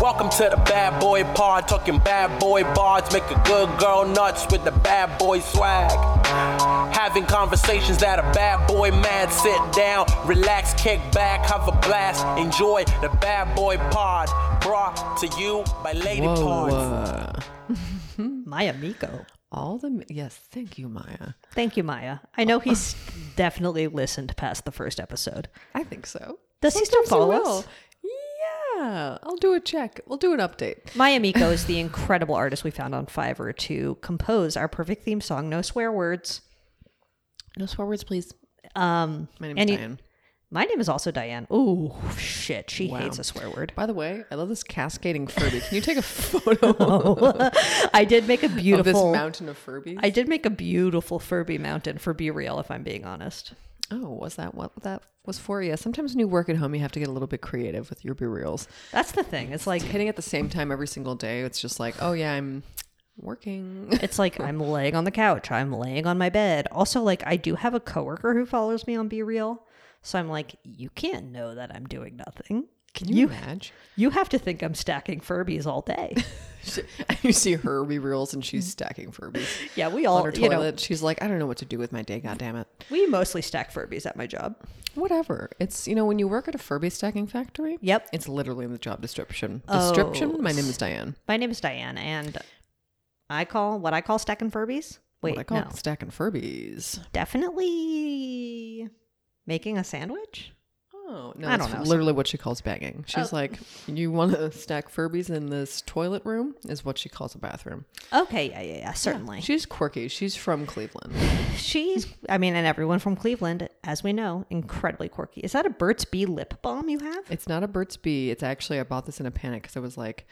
Welcome to the bad boy pod, talking bad boy bards, make a good girl nuts with the bad boy swag. Having conversations that a bad boy mad, sit down, relax, kick back, have a blast, enjoy the bad boy pod, brought to you by Lady Pods. Whoa. uh, Maya Miko. all the yes, thank you, Maya. Thank you, Maya. I know he's definitely listened past the first episode. I think so. Does he still Sometimes follow will. us? Yeah, I'll do a check. We'll do an update. Maya Miko is the incredible artist we found on Fiverr to compose our perfect theme song, No Swear Words. No swear words, please. Um, My name and is you- Diane. My name is also Diane. Ooh, shit. She hates a swear word. By the way, I love this cascading Furby. Can you take a photo I did make a of this beautiful. mountain of Furbies? I did make a beautiful Furby mountain for Be Real, if I'm being honest. oh, was that what that was for? Yeah. Sometimes when you work at home, you have to get a little bit creative with your be reels. That's the thing. It's like Hitting at the same time every single day, it's just like, oh yeah, I'm working. It's like I'm laying on the couch, I'm laying on my bed. Also, like I do have a coworker who follows me on Be Real, so I'm like, you can't know that I'm doing nothing. Can you imagine? You have to think I'm stacking Furbies all day. you see her be reels and she's stacking Furbies. yeah, we on all, her you toilet. know, She's like, I don't know what to do with my day. God damn it. we mostly stack Furbies at my job. Whatever. It's you know when you work at a Furby stacking factory. Yep. It's literally in the job description. Oh. Description. My name is Diane. My name is Diane, and I call what I call stacking Furbies. Wait, what I call no, it stacking Furbies. definitely making a sandwich. Oh no! I That's Oh. don't know. literally what she calls banging. She's like, "You want to stack Furbies in this toilet room?" Is what she calls a bathroom. Okay, yeah, yeah, yeah, certainly. She's quirky. She's from Cleveland. She's, I mean, and everyone from Cleveland, as we know, incredibly quirky. Is that a Burt's Bee lip balm you have? It's not a Burt's Bee. It's actually I bought this in a panic because I was like,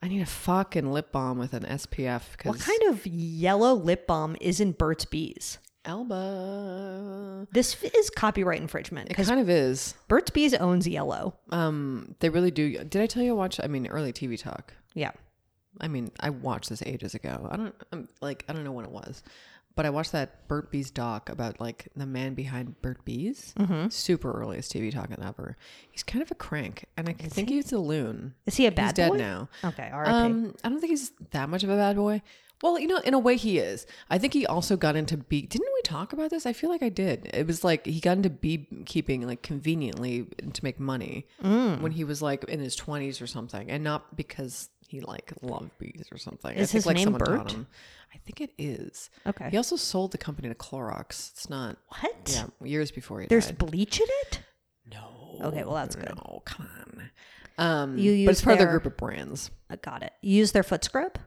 "I need a fucking lip balm with an SPF." Because What kind of yellow lip balm is in Burt's Bees? Elba? This f- is copyright infringement It because kind of is. Burt's Bees owns yellow. Um, they really do. Did I tell you I watch? I mean, early TV talk. Yeah. I mean, I watched this ages ago. I don't. I'm like, I don't know when it was, but I watched that Bert Bees doc about like the man behind Bert Bees. Mm-hmm. Super earliest TV talk ever. He's kind of a crank, and I think he's a loon. Is he a bad He's dead boy? now. Okay, RIP. Um, I don't think he's that much of a bad boy. Well, you know, in a way, he is. I think he also got into bee. Didn't we talk about this? I feel like I did. It was like he got into beekeeping, like conveniently to make money Mm. when he was like in his twenties or something, and not because he like loved bees or something. Is I think, his like, name someone taught Bert? him. I think it is. Okay. He also sold the company to Clorox. It's not. what? Yeah, years before he There's died. bleach in it? no. Okay, well, that's good. No, come on. Um, You but it's use part of their- their group of brands. I Uh, got it. You use their foot scrub?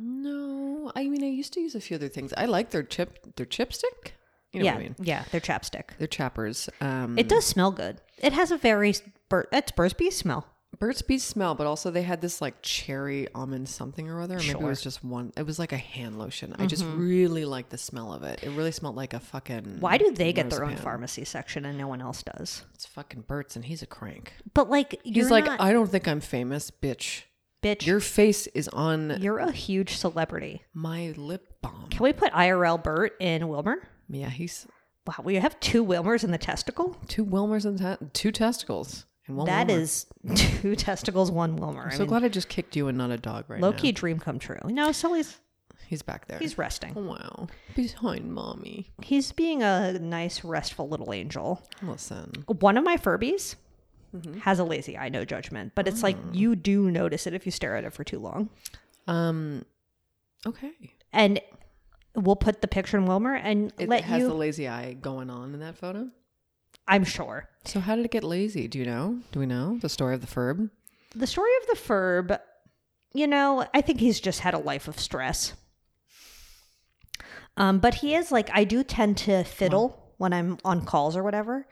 No, I mean I used to use a few other things. I like their chip, their chipstick. You know yeah. what I mean? Yeah, their chapstick. Their chappers. Um, It does smell good. It has a very, Bur- it's Burt's Bees smell. Burt's Bees smell, but also they had this like cherry almond something or other. Or Maybe it was just one. It was like a hand lotion. I just really liked the smell of it. It really smelled like a fucking. Mm-hmm. Why do they get their own marzipan. pharmacy section and no one else does? It's fucking Burt's, and he's a crank. But like, you're He's like, not- I don't think I'm famous, bitch. bitch, Your face is on you're a huge celebrity. my lip balm. Can we put IRL Bert in Wilmer? Yeah, he's Wow, we have two Wilmers in the testicle. two Wilmers and te- two testicles. And one That Wilmer. is two testicles, one Wilmer. I So mean, glad I just kicked you and not a dog right Loki dream come true. No, Sully's now. He's back there. he's resting. wow behind mommy. He's being a nice, restful little angel. Listen, One of my Furbies Mm-hmm. has a lazy eye, no judgment, but it's like Mm. you do notice it if you stare at it for too long. um, okay. And we'll put the picture in Wilmer and It let has you. the lazy eye going on in that photo. I'm sure. So how did it get lazy? Do you know? Do we know the story of the Ferb? The story of the Ferb, you know, I think he's just had a life of stress. Um, but he is like I do tend to fiddle when I'm on calls or whatever.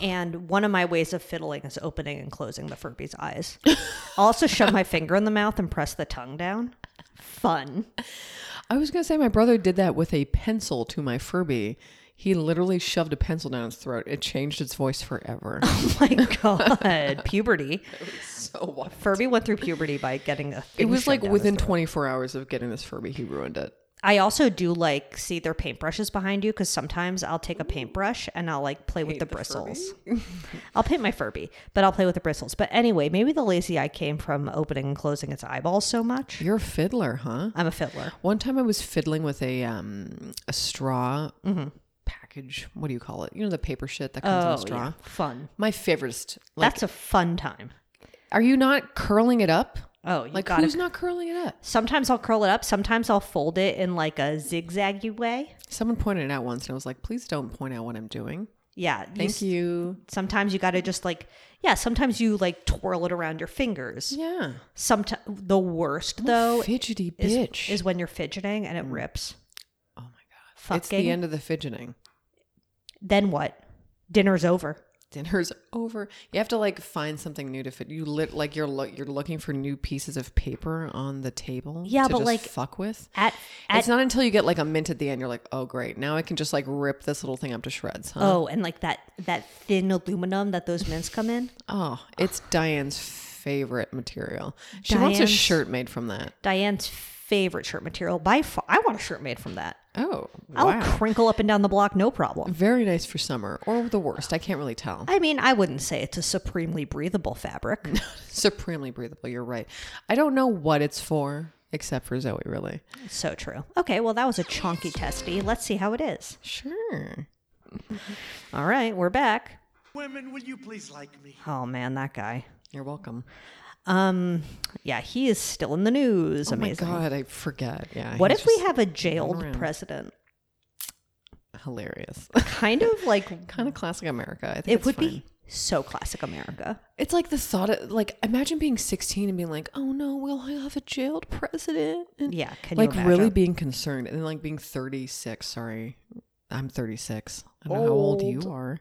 And one of my ways of fiddling is opening and closing the Furby's eyes. I also shove my finger in the mouth and press the tongue down. Fun. I was gonna say my brother did that with a pencil to my Furby. He literally shoved a pencil down his throat. It changed its voice forever. Oh my god. Puberty. so what? Furby went through puberty by getting a It was thing like shoved down his within throat. 24 hours of getting this Furby, he ruined it. I also do like see their paintbrushes behind you because sometimes I'll take a paintbrush and I'll like play with the, bristles. I'll paint my Furby, but I'll play with the bristles. But anyway, maybe the lazy eye came from opening and closing its eyeballs so much. You're a fiddler, huh? I'm a fiddler. One time I was fiddling with a um a straw Mm-hmm. package. What do you call it? You know the paper shit that comes in a straw. Oh, yeah. fun. My favorite. Like, That's a fun time. are you not curling it up? Oh, you like gotta. who's not curling it up? sometimes I'll curl it up. Sometimes I'll fold it in like a zigzaggy way. Someone pointed it out once, and I was like, "Please don't point out what I'm doing." Yeah. Thank you. you. Sometimes you gotta just like yeah. Sometimes you like twirl it around your fingers. Yeah. Sometimes the worst though fidgety is, bitch. is when you're fidgeting and it rips. Mm. oh my god. Fucking. It's the end of the fidgeting. Then what? Dinner's over. Dinner's over. You have to like find something new to fit. You lit like you're lo- you're looking for new pieces of paper on the table. Yeah, to but, just like, fuck with. At, it's at not until you get like a mint at the end, you're like, oh great, now I can just like rip this little thing up to shreds. Huh? oh, and like that that thin aluminum that those mints come in. Oh, it's Diane's favorite material. She wants a Diane's- shirt made from that. Diane's favorite shirt material by far. I want a shirt made from that. Oh, I'll wow. crinkle up and down the block, no problem. Very nice for summer or the worst. I can't really tell. I mean, I wouldn't say it's a supremely breathable fabric. Supremely breathable. You're right. I don't know what it's for except for Zoe, really. so true. Okay, well, that was a chonky testy. Let's see how it is. Sure. All right, we're back. Women, will you please like me? Oh man, that guy. You're welcome. Um, yeah, he is still in the news. Amazing. Oh my God, I forget. Yeah. What he's if we just have a jailed around. president? hilarious? Kind of like kind of classic America. I think it it's would fine. be so classic America. It's like the thought of like imagine being 16 and being like, oh no, we'll have a jailed president. And Yeah, can like you really imagine? being concerned and then like being 36. Sorry, I'm 36. I don't know how old you are.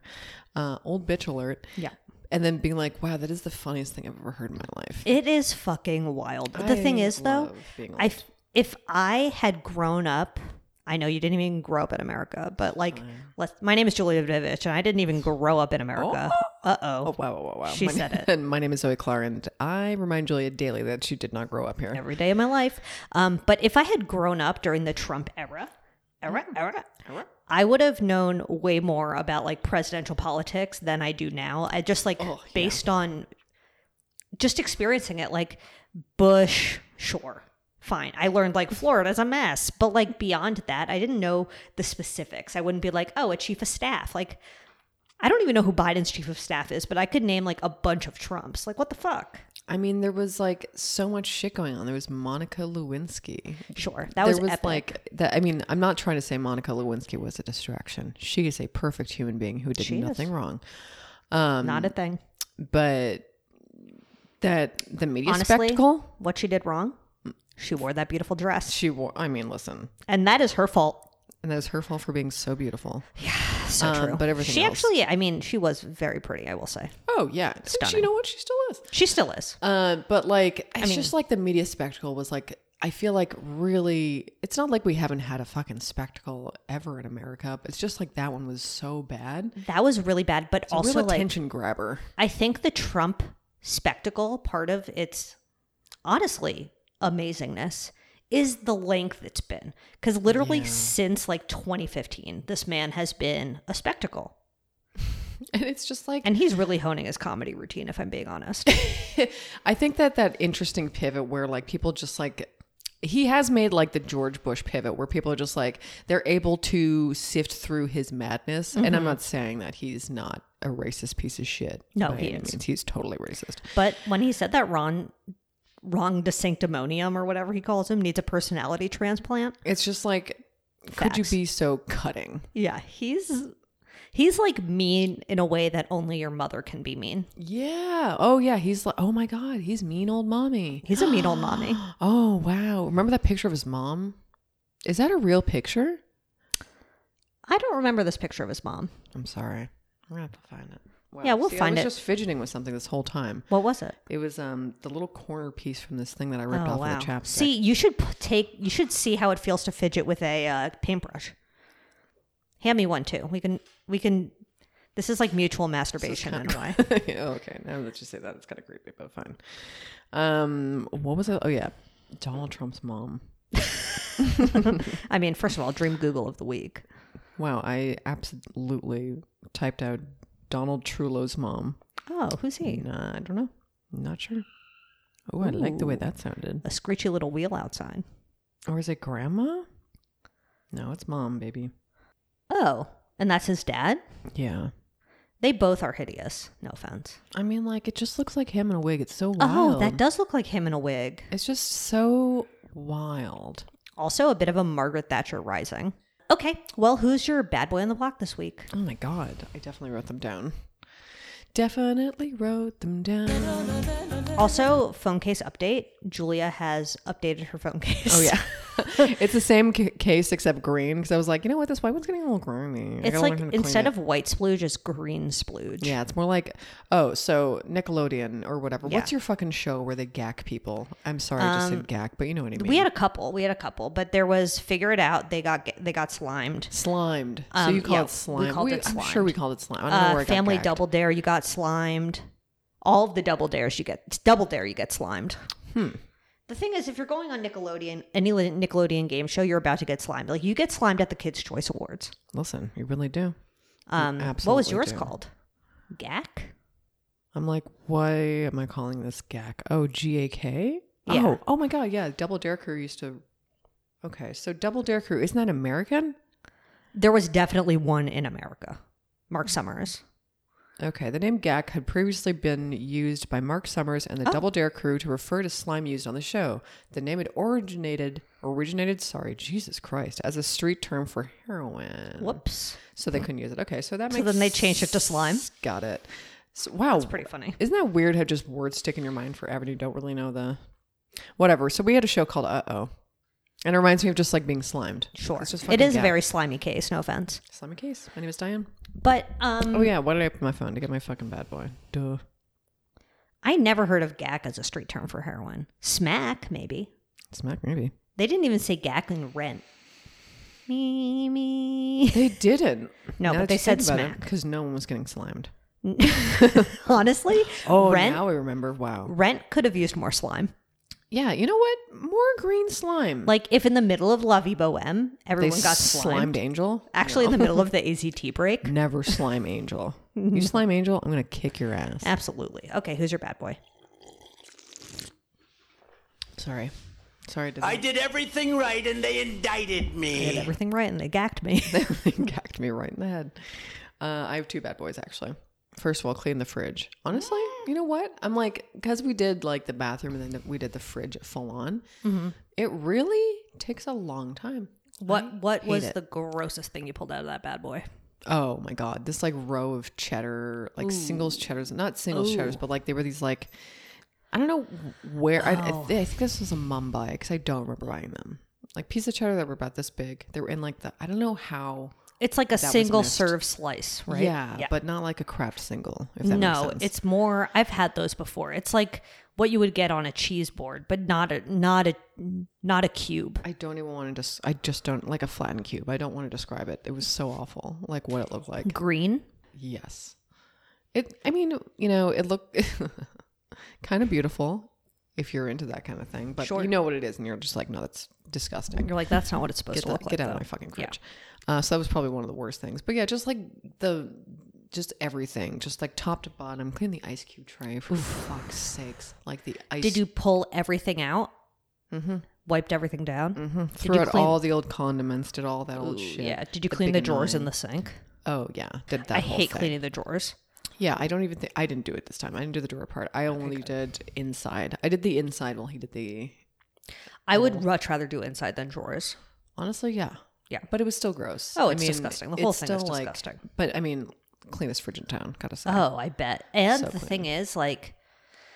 Uh, old bitch alert. Yeah. And then being like, wow, that is the funniest thing I've ever heard in my life. It is fucking wild. The thing I is though, love being I old. f- if I had grown up, I know you didn't even grow up in America, but like let's, my name is Julia Vivich and I didn't even grow up in America. Oh. Uh-oh. Wow, wow, wow, wow. She My said name- it. And my name is Zoe Clar, and I remind Julia daily that she did not grow up here. Every day of my life. Um, but if I had grown up during the Trump era, era, era, era, I would have known way more about like presidential politics than I do now. I just like based on just experiencing it, like Bush, sure, fine. I learned like Florida's a mess, but like beyond that, I didn't know the specifics. I wouldn't be like, oh, a chief of staff. Like, I don't even know who Biden's chief of staff is, but I could name like a bunch of Trumps. Like, what the fuck? I mean, there was like so much shit going on. There was Monica Lewinsky. Sure, that there was, was epic. like that. I mean, I'm not trying to say Monica Lewinsky was a distraction. She is a perfect human being who did She is. nothing wrong. not a thing. But that the media Honestly, spectacle what she did wrong? She wore that beautiful dress, she wore. I mean, listen, and that is her fault. and that was her fault for being so beautiful. So Um, true. but everything she else- actually, I mean, she was very pretty. I will say, Oh yeah, And she, you know what? She still is. she still is. Um, but like, it's mean- just like the media spectacle was like. I feel like really, it's not like we haven't had a fucking spectacle ever in America. But it's just like that one was so bad. That was really bad, but A also real like attention grabber. I think the Trump spectacle part of its honestly amazingness is the length it's been cuz literally since like 2015 this man has been a spectacle And it's just like and he's really honing his comedy routine if I'm being honest. I think that that interesting pivot where like people just like he has made like the George Bush pivot where people are just like they're able to sift through his madness. And Mm-hmm. I'm not saying that he's not a racist piece of shit. No, by he any is. means. He's totally racist. But when he said that Ron Ron de Sanctimonium or whatever he calls him needs a personality transplant. It's just like could you Facts. be so cutting? Yeah, he's he's like mean in a way that only your mother can be mean. Yeah. Oh yeah. He's like oh my god, he's mean old mommy. He's a mean old mommy. Oh wow. Remember that picture of his mom? Is that a real picture? I don't remember this picture of his mom. I'm sorry. We're gonna have to find it. Wow. Yeah, we'll See, find I it. was just fidgeting with something this whole time. What was it? It was um the little corner piece from this thing that I ripped off of the chapstick. Oh, See, you should p- take you should see how it feels to fidget with a uh, paintbrush. Hand me one too. We can we can this is like mutual masturbation in a way. Yeah, okay, now that you say that, it's kind of creepy, but fine. Um, what was it? Oh yeah, Donald Trump's mom. I mean, first of all, dream Google of the week. Wow, I absolutely typed out Donald Trullo's mom. Oh, who's he? Nah, I don't know. Not sure. Oh, I like the way that sounded. A screechy little wheel outside. Or is it grandma? No, it's mom, baby. Oh, and that's his dad? Yeah. They both are hideous. No offense. I mean, like, it just looks like him in a wig. It's so wild. Oh, that does look like him in a wig. It's just so wild. Also, a bit of a Margaret Thatcher rising. Okay, well, who's your bad boy on the block this week? Oh my god, I definitely wrote them down. Definitely wrote them down. Also, phone case update. Julia has updated her phone case. Oh yeah, it's the same ca- case except green because I was like, you know what, this white one's getting a little grimy. I It's gotta like learn how to clean instead it. of white splooge, it's green splooge. yeah, it's more like oh, so Nickelodeon or whatever. Yeah. Um, What's your fucking show where they gack people? I'm sorry, I just said gack, but you know what I mean. We had a couple. We had a couple, but there was figure it out. They got they got slimed. slimed. so Um, you called yeah, it we slime. called it I'm sure we slimed. called it slime. I don't know where Uh, I got family gagged. double dare. You got slimed. All of the double dares you get double dare you get slimed. Hmm. The thing is, if you're going on Nickelodeon, any li- Nickelodeon game show, you're about to get slimed. Like you get slimed at the Kids Choice Awards. Listen, you really do. Um, what absolutely was yours do. called? Gack. I'm like, why am I calling this GAC? Oh, G A K? Yeah. Oh, oh my God. Yeah. Double Dare Crew used to. Okay. So Double Dare Crew, isn't that American? There was definitely one in America. Mark Summers. Okay. The name GAC had previously been used by Mark Summers and the Oh. Double Dare Crew to refer to slime used on the show. The name had originated, originated, sorry, Jesus Christ, as a street term for heroin. Whoops. So they couldn't use it. Okay. So that So makes then they changed it to slime? Got it. So, wow. It's pretty funny. Isn't that weird how just words stick in your mind forever and you don't really know the whatever. So we had a show called Uh Oh. And it reminds me of just like being slimed. Sure. It's just It fucking is a gag. very slimy case, no offense. slimy case. My name is Diane. But um Oh yeah, why did I open my phone to get my fucking bad boy? Duh. I never heard of gack as a street term for heroin. Smack, maybe. Smack maybe. They didn't even say gack in rent. Me me. They didn't. No, but they said smack. because no one was getting slimed. Honestly, Oh, rent now I remember. Wow. rent could have used more slime. Yeah, you know what? More green slime. Like if in the middle of La Vie Boheme, they everyone got slimed. slimed Angel. Actually, in the middle of the AZT break. Never slime Angel. you slime Angel, I'm gonna kick your ass. Uh, Absolutely. Okay, who's your bad boy? Sorry. Sorry, did I did everything right and they indicted I Eh. did me. everything right and they gacked me. They gacked me right in the head. Uh, I have two bad boys actually. First of all, clean the fridge. Honestly, you know what? I'm like, because we did like the bathroom and then we did the fridge full on. It really takes a long time. what what was it. the grossest thing you pulled out of that bad boy? Oh my god, this like row of cheddar, like singles cheddars, not singles cheddars, but like they were these like, I don't know where. I, I, thi- I think this was a mum buy because I don't remember buying them. Like piece of cheddar that were about this big. They were in like the I don't know how. It's like a was single missed. serve slice, right? Yeah, but not like a craft single. If that no, makes sense. it's more. I've had those before. It's like what you would get on a cheese board, but not a not a not a cube. I don't even want to just. I just don't like a flattened cube. I don't want to describe it. It was so awful. Like what it looked like. Green. Yes. It. I mean, you know, it looked kind of beautiful if you're into that kind of thing. But Sure. you know what it is, and you're just like, no, that's disgusting. You're like that's not what it's supposed get to the- look like. get out though. of my fucking Yeah. fridge. Uh, so that was probably one of the worst things. But yeah, just like the just everything, just like top to bottom. Clean the ice cube tray for fuck's sakes. Like the ice. Did you pull everything out? Mm-hmm. Wiped everything down. Mm-hmm. throw out all the old condiments? Did all that old shit? Yeah. Did you clean the big drawers in nine. the sink? Oh yeah, did that. I whole hate thing. cleaning the drawers. Yeah, I don't even think I didn't do it this time. I didn't do the door part. I only did inside. I did the inside while he did the. I would much rather do inside than drawers. Honestly, yeah, Yeah. but it was still gross. Oh, it's disgusting. The whole thing is disgusting. But I mean, cleanest fridge in town. Gotta say. Oh, I bet. And So the thing is, like,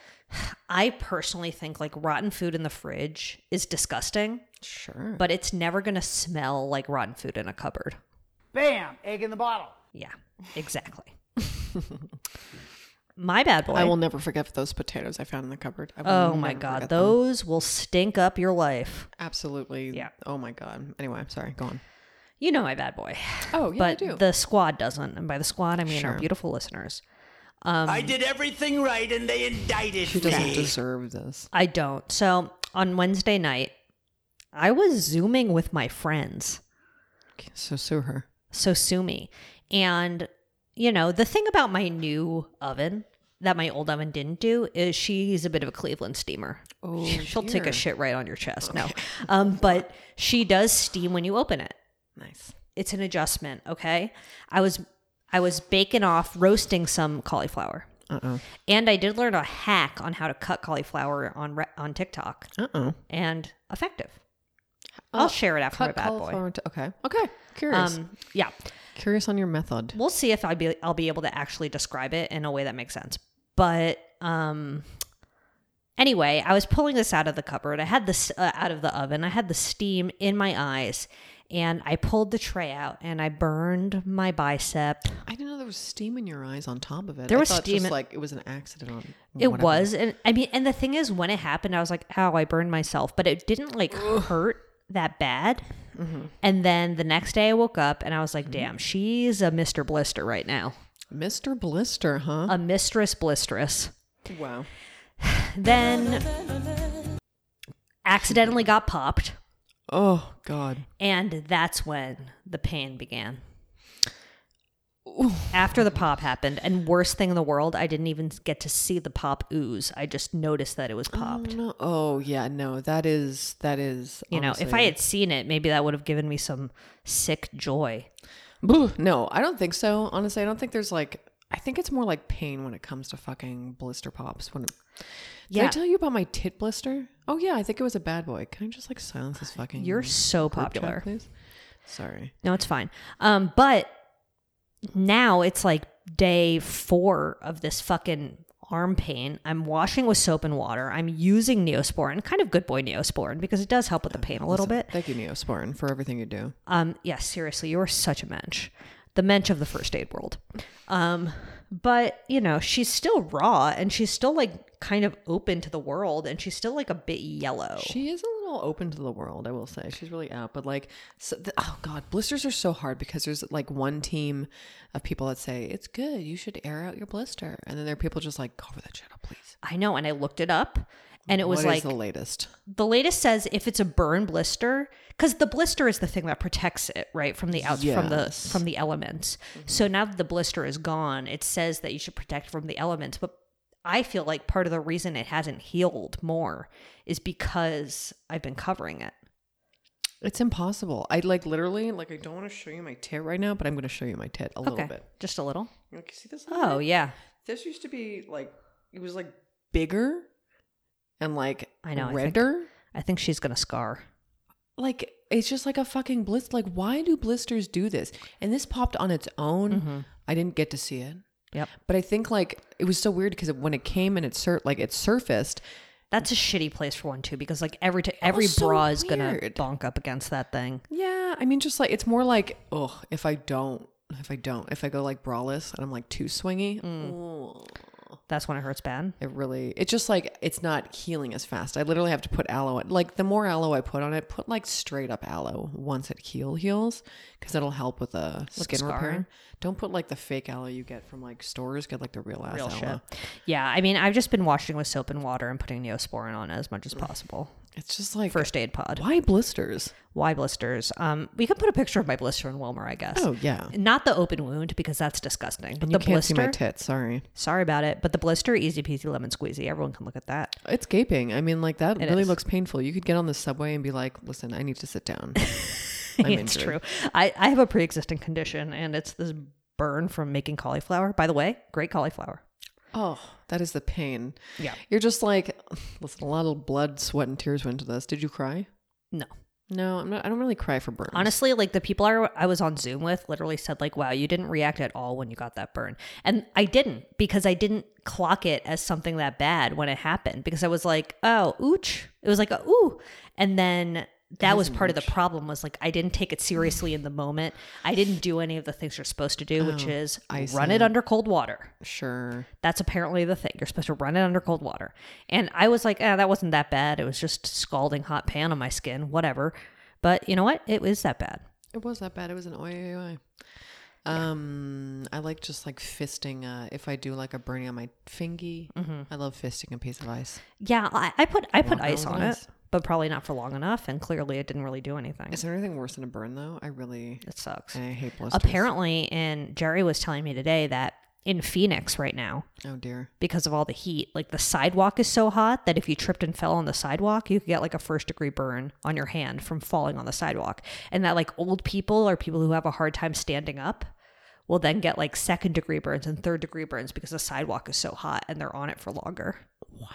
I personally think like rotten food in the fridge is disgusting, sure. Mm. but it's never gonna smell like rotten food in a cupboard. Bam! Egg in the bottle. Yeah, exactly. my bad boy. I will never forget those potatoes I found in the cupboard. I will oh my never god, forget them. those will stink up your life. Absolutely. Yeah. Oh my god. Anyway, I'm sorry. Go on. You know my bad boy, Oh yeah, but I do. the squad doesn't, and by the squad I mean Sure. our beautiful listeners. I did everything right and they indicted um, she doesn't me. deserve this. I don't. So on Wednesday night, I was zooming with my friends. So sue her. so sue me. And you know, the thing about my new oven that my old oven didn't do is she's a bit of a Cleveland steamer. Oh, she'll take dear. a shit right on your chest. No, um, but she does steam when you open it. Nice. It's an adjustment. Okay, I was I was baking off roasting some cauliflower, Uh oh. and I did learn a hack on how to cut cauliflower on re- on TikTok Uh oh. and effective. I'll share it after my bad boy. okay. Okay. Curious. Um, yeah. Curious on your method. we'll see if I be I'll be able to actually describe it in a way that makes sense. But um anyway, I was pulling this out of the cupboard. I had this uh, out of the oven. I had the steam in my eyes and I pulled the tray out and I burned my bicep. I didn't know there was steam in your eyes on top of it. There I was thought steam Just in- like it was an accident on. It whatever. was and I mean and the thing is when it happened I was like, "Ow, I burned myself." But it didn't like hurt that bad. And then the next day I woke up and I was like, "Damn, she's a Mr. Blister right now. Mr. Blister, huh? A mistress blisteress." wow. then accidentally got popped Oh God. and that's when the pain began after the pop happened and worst thing in the world i didn't even get to see the pop ooze i just noticed that it was popped No. Oh yeah. No. That is. That is. you know if i had seen it maybe that would have given me some sick joy Bleh. No, I don't think so. Honestly, I don't think there's like. I think it's more like pain when it comes to fucking blister pops. When did I Yeah. tell you about my tit blister? Oh yeah, I think it was a bad boy. Can I just like silence this fucking? you're so group chat, popular please. Sorry. No, it's fine. Um, but now it's like day four of this fucking arm pain. I'm washing with soap and water. I'm using Neosporin, kind of good boy Neosporin, because it does help with the pain a little bit. Thank you, Neosporin, for everything you do. Um, yes, seriously, you are such a mensch. The mensch of the first aid world. Um, but, you know, she's still raw and she's still like kind of open to the world and she's still like a bit yellow. She is a little open to the world, I will say. She's really out, but like, so th- oh god, blisters are so hard because there's like one team of people that say it's good, you should air out your blister, and then there are people just like cover that shit up, please. I know. And I looked it up and it What was is like the latest? the latest says if it's a burn blister because the blister is the thing that protects it right from the outs from the Yes. Mm-hmm. from the elements so now that the blister is gone it says that you should protect from the elements but i feel like part of the reason it hasn't healed more is because i've been covering it It's impossible. I like literally like I don't want to show you my tit right now, but I'm going to show you my tit a little bit. just a little Like, you see this? little oh bit? yeah This used to be like it was like bigger and like I know, I think- redder. i think she's gonna scar like it's just like a fucking blister. Like, why do blisters do this? And this popped on its own. I didn't get to see it, yep but I think like it was so weird because when it came and it sur- like it surfaced, that's a shitty place for one too because like every t- every so bra is gonna weird. bonk up against that thing yeah. I mean, just like it's more like oh, if I don't, if I don't, if I go like braless and I'm like too swingy, oh, that's when it hurts bad it really, it's just like it's not healing as fast. I literally have to put aloe. Like the more aloe I put on it, put like straight up aloe once it heal heals because it'll help with the skin scarring? repair. Don't put like the fake aloe you get from like stores. Get like the real ass real aloe. shit. Yeah, I mean, I've just been washing with soap and water and putting Neosporin on as much as possible. It's just like First aid pod. why blisters? Why blisters? Um, we could put a picture of my blister in Wilmer, I guess. Oh yeah, Not the open wound because that's disgusting. But you the can't see my blister. tits. Sorry, sorry about it, but the blister, easy peasy lemon squeezy. Everyone can look at that. it's gaping. I mean, like that It really is. looks painful. You could get on the subway and be like, "Listen, I need to sit down." I'm it's injured. true. I, I have a pre-existing condition, and it's this burn from making cauliflower. By the way, great cauliflower. Oh, that is the pain. Yeah. You're just like, listen, a lot of blood, sweat, and tears went into this. Did you cry? No. No, I'm not. I don't really cry for burns. honestly like the people I, I was on zoom with literally said like wow you didn't react at all when you got that burn and i didn't because i didn't clock it as something that bad when it happened because i was like oh ooch it was like a ooh and then that was part of the problem was like i didn't take it seriously in the moment i didn't do any of the things you're supposed to do which is run it under cold water sure. that's apparently the thing. You're supposed to run it under cold water. And I was like, ah, that wasn't that bad. It was just scalding hot pan on my skin, whatever. But you know what? It was that bad. It was that bad. It was an oi. Um, I like just like fisting. Uh, if I do like a Mm-hmm. burning on my fingy, I love fisting a piece of ice. Yeah, I, I put I put ice that on was it. but probably not for long enough. And clearly, it didn't really do anything. Is there anything worse than a burn though? I really, It sucks. I hate blisters. Apparently, and Jerry was telling me today that in Phoenix right now, Oh dear. because of all the heat, like the sidewalk is so hot that if you tripped and fell on the sidewalk, you could get like a first degree burn on your hand from falling on the sidewalk. And that like old people or people who have a hard time standing up will then get like second degree burns and third degree burns because the sidewalk is so hot and they're on it for longer. Wow.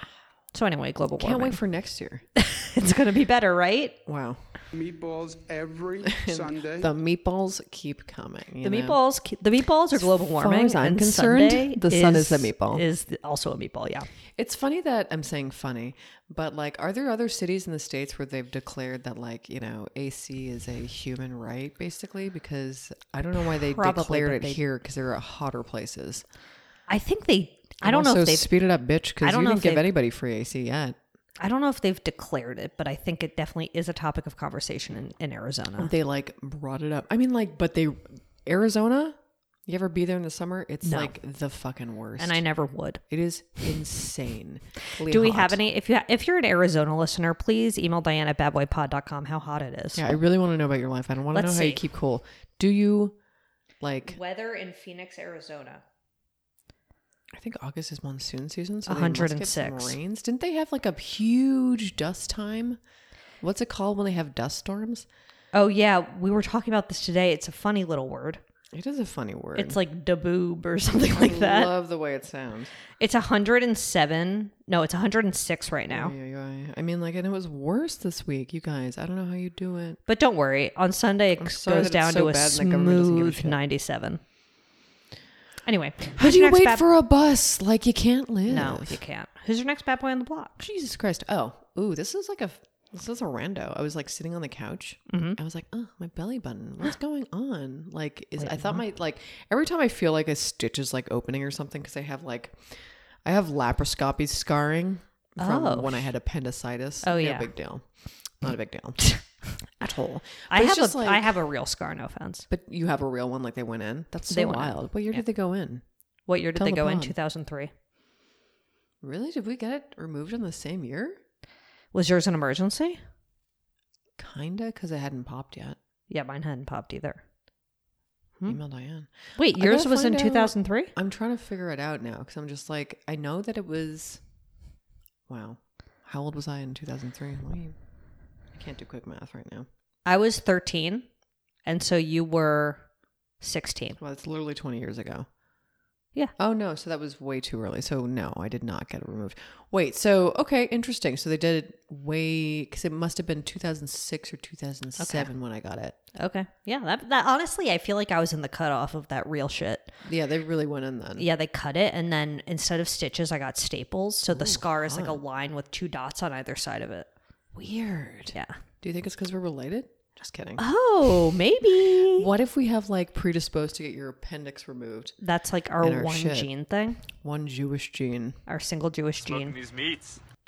So anyway, global Can't warming. wait for next year. it's going to be better, right? Wow. Meatballs every Sunday. The meatballs keep coming. The meatballs, the meatballs are global far warming. as I'm and concerned, Sunday the sun is the meatball. Is also a meatball, yeah. It's funny that I'm saying funny, but like, are there other cities in the states where they've declared that like you know AC is a human right basically? Because I don't know why they Probably, declared but it they- here because there are hotter places. I think they. I don't know Also, if they've speed it up, bitch. I Because don't you know didn't if give they've- anybody free AC yet. I don't know if they've declared it, but I think it definitely is a topic of conversation in, in Arizona. They like brought it up. I mean, like, but they Arizona. You ever be there in the summer? It's like the fucking worst. And I never would. it is insane. Do we have any? If you if you're an Arizona listener, please email Diane at badboypod.com how hot it is. Yeah, I really want to know about your life. I don't want to know Let's how you see. keep cool. Do you like? Weather in Phoenix, Arizona. I think August is monsoon season, so they must get some 106. rains. Didn't they have like a huge dust time? What's it called when they have dust storms? Oh yeah, we were talking about this today. It's a funny little word. It is a funny word. It's like daboob or something like that. love the way it sounds. it's 107. No, it's 106 right now. Ay, ay, ay. I mean, like, and it was worse this week, you guys. I don't know how you do it. But don't worry, on Sunday it sorry that goes it's down so to a bad and the government doesn't give a smooth shit. 97. Anyway, How who's do your you next wait bad- for a bus? Like, you can't live. No, you can't. Who's your next bad boy on the block? Jesus Christ. Oh, ooh, this is like a this is a rando. I was like sitting on the couch. Mm-hmm. I was like, oh, my belly button. What's going on? Like, is I thought my like every time I feel like a stitch is like opening or something because I have like I have laparoscopy scarring from Oh. when I had appendicitis. Oh, no yeah. big deal. Not a big deal at all. I But it's have just a I like- have a real scar. No offense. But you have a real one, like they went in. That's so They went in. wild. What year did they go in? What year did Tell they go in? LeBron. Two thousand three. Really? Did we get it removed in the same year? Was yours an emergency? Kinda, because it hadn't popped yet. Yeah, mine hadn't popped either. Hmm. Email Diane. Wait, I gotta yours was in find out- two thousand three. I'm trying to figure it out now because I'm just like, I know that it was. Wow. How old was I in 2003? Let me. I can't do quick math right now. I was thirteen, and so you were sixteen. Well, it's literally 20 years ago. Yeah. Oh, no. So that was way too early. So, no, I did not get it removed. Wait. So, okay. Interesting. So they did it way. Because it must have been 2006 or 2007 when I got it. Okay. Yeah. That, that honestly, I feel like I was in the cutoff of that real shit. Yeah. They really went in then. Yeah, they cut it, and then instead of stitches, I got staples. So the scar is like a line with two dots on either side of it. Weird. Yeah. Do you think it's because we're related? Just kidding. Oh, maybe What if we have like predisposed to get your appendix removed? that's like our, And our one shit. gene thing, One Jewish gene. our single Jewish gene.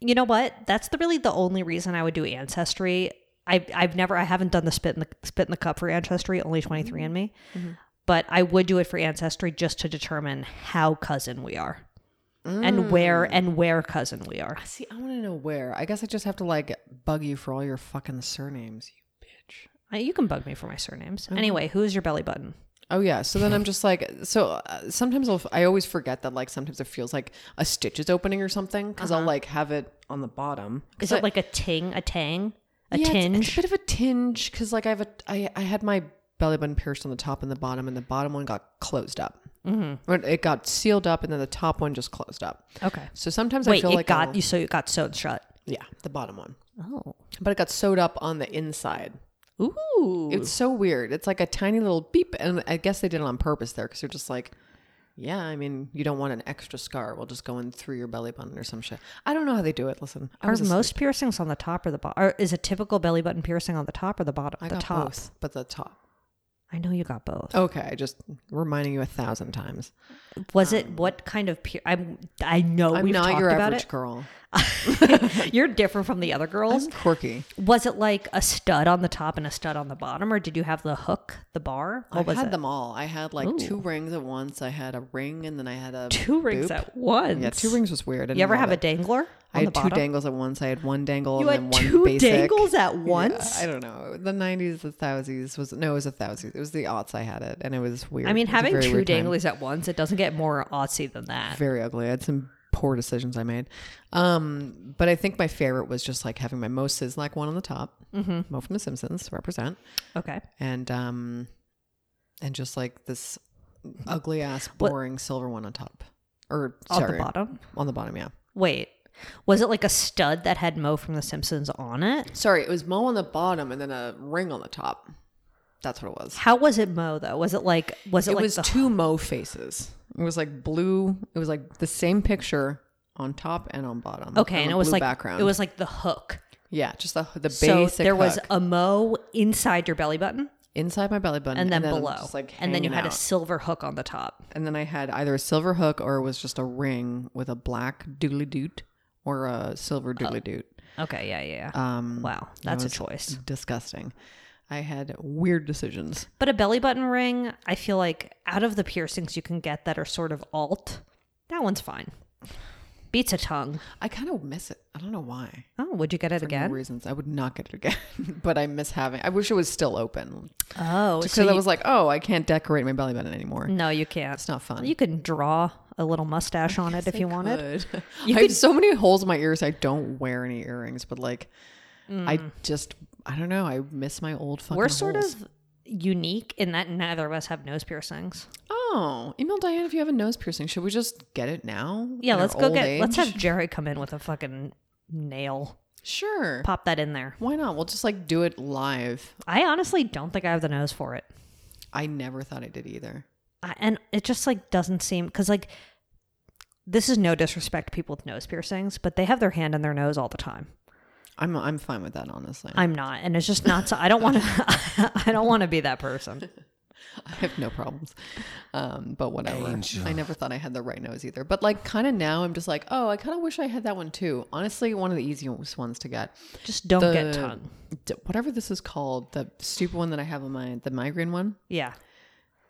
you know what? That's the really the only reason I would do ancestry. I I've never I haven't done the spit in the spit in the cup for ancestry, only 23 and me. Mm-hmm. But I would do it for ancestry just to determine how cousin we are. And where Mm. and where cousin we are. See, I want to know where. I guess I just have to like bug you for all your fucking surnames, you bitch. Uh, You can bug me for my surnames. Mm-hmm. Anyway, who is your belly button? Oh yeah. So then I'm just like, so uh, sometimes I'll, I always forget that like sometimes it feels like a stitch is opening or something because I'll like have it on the bottom. 'Cause Is it I- like a ting, a tang, a Yeah, it's- tinge? It's, a bit of a tinge because like I have a I I had my belly button pierced on the top and the bottom, and the bottom one got closed up. Mm-hmm. It got sealed up, and then the top one just closed up. okay. So sometimes I Wait, feel it like got I'll- you so it got sewn shut. yeah, the bottom one, Oh. but it got sewed up on the inside. Ooh. It's so weird. It's like a tiny little beep, and I guess they did it on purpose there because they're just like, yeah, I mean, you don't want an extra scar. We'll just go in through your belly button or some shit. I don't know how they do it. Listen, I are was asleep. most piercings on the top or the bottom? Or is a typical belly button piercing on the top or the bottom? I the got top. both, but the top. I know you got both. Okay, I just reminding you a thousand times. Was it what kind of? Pier- I'm. I know Um, I'm we've not talked your about average it. girl. You're different from the other girls. I'm quirky. was it like a stud on the top and a stud on the bottom, or did you have the hook, the bar? What I was had it? them all. I had like two rings at once. I had a ring, and then I had a two rings boop. at once. Yeah, two rings was weird. I You didn't ever know have a that. dangler? On I had the two bottom? dangles at once. I had one dangle and You then had one two basic. dangles at Yeah, once. I don't know. The nineties, the thousands was no, it was a thousand. It was the aughts. I had it, and it was weird. I mean, It was a having very two weird time. danglies at once, it doesn't get more Aussie than that. very ugly. I had some poor decisions I made. Um, but I think my favorite was just like having my Mo Sizlak one on the top, Mm-hmm. Mo from The Simpsons, represent, Okay. and um, and just like this ugly ass, boring silver one on top, or On the sorry, bottom? on the bottom. Yeah, Wait, was it like a stud that had Mo from The Simpsons on it? sorry, it was Mo on the bottom and then a ring on the top. That's what it was. How was it Mo though? Was it like was it, It like was the- two Mo faces. It was like blue. It was like the same picture on top and on bottom. okay? on And a it was blue like background. it was like the hook. yeah, just the the basic. So there was hook. a Mo inside your belly button, inside my belly button and then, I'm below, just, like, and then you hanging had out. a silver hook on the top. and then i had either a silver hook or it was just a ring with a black doodly doot or a silver doodly doot Okay, yeah, yeah. yeah. um wow, Oh, that's a was choice. disgusting i had weird decisions But a belly button ring, I feel like out of the piercings you can get that are sort of alt, that one's fine. Beats a tongue. i kind of miss it i don't know why Oh, would you get it for again? no reasons i would not get it again but i miss having i wish it was still open Oh, because so i you- was like oh i can't decorate my belly button anymore no, you can't. it's not fun You can draw a little mustache on it if you wanted. Good. I have so many holes in my ears. I don't wear any earrings, but like, I just, I don't know. I miss my old fucking. Mm. We're sort holes. of unique in that neither of us have nose piercings. Oh, email Diane if you have a nose piercing. Should we just get it now? Yeah, in our let's go old get. Let's age? have Jerry come in with a fucking nail. sure. Pop that in there. Why not? We'll just like do it live. I honestly don't think I have the nose for it. I never thought I did either. I- and it just like doesn't seem because like this is no disrespect to people with nose piercings but they have their hand in their nose all the time I'm I'm fine with that honestly. i i'm not and it's just not so i don't want to i don't want to be that person have no problems. Um, but whatever. I never thought I had the right nose either. But like kind of now I'm just like, "Oh, I kind of wish I had that one too." Honestly, one of the easiest ones to get. just don't The- get tongue d- whatever this is called, the stupid one that I have on my the migraine one yeah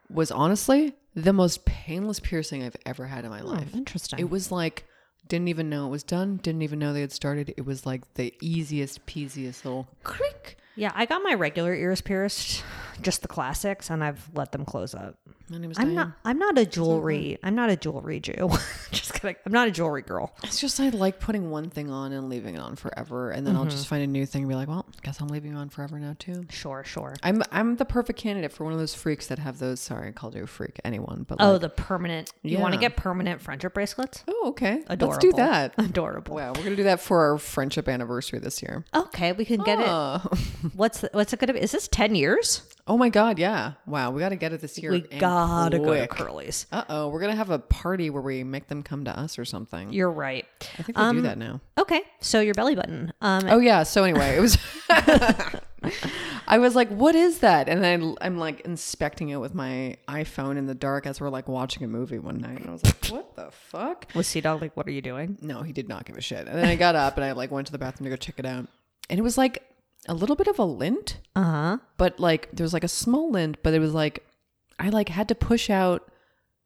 was honestly the most painless piercing I've ever had in my life. Hmm, interesting It was like didn't even know it was done. Didn't even know they had started. It was like the easiest peasiest little creak. yeah i got my regular ears pierced just the classics and i've let them close up My name is i'm Diane. not i'm not a jewelry i'm not a jewelry jew just kidding i'm not a jewelry girl It's just I like putting one thing on and leaving it on forever, and then Mm-hmm. I'll just find a new thing and be like, well, guess I'm leaving it on forever now too. sure sure I'm I'm the perfect candidate for one of those freaks that have those. Sorry, I called you a freak. Anyone, but oh like, the permanent you want to Yeah. get permanent friendship bracelets oh okay, adorable let's do that. adorable Wow, we're gonna do that for our friendship anniversary this year. Okay, we can get Oh. it. What's what's it gonna be? Is this ten years? Oh my god, yeah. Wow, we gotta get it this year. We and gotta go to quick. Curly's. Uh oh, we're gonna have a party where we make them come to us or something. You're right. I think we um, do that now. Okay, so your belly button. Um, Oh yeah. So anyway, it was. I was like, "What is that?" And then I'm like inspecting it with my iPhone in the dark as we're like watching a movie one night, and I was like, "What the fuck?" was Sea Dog like, what are you doing? No, he did not give a shit. And then I got up and I like went to the bathroom to go check it out, and it was like a little bit of a lint, Uh huh. but like there was like a small lint, but it was like I like had to push out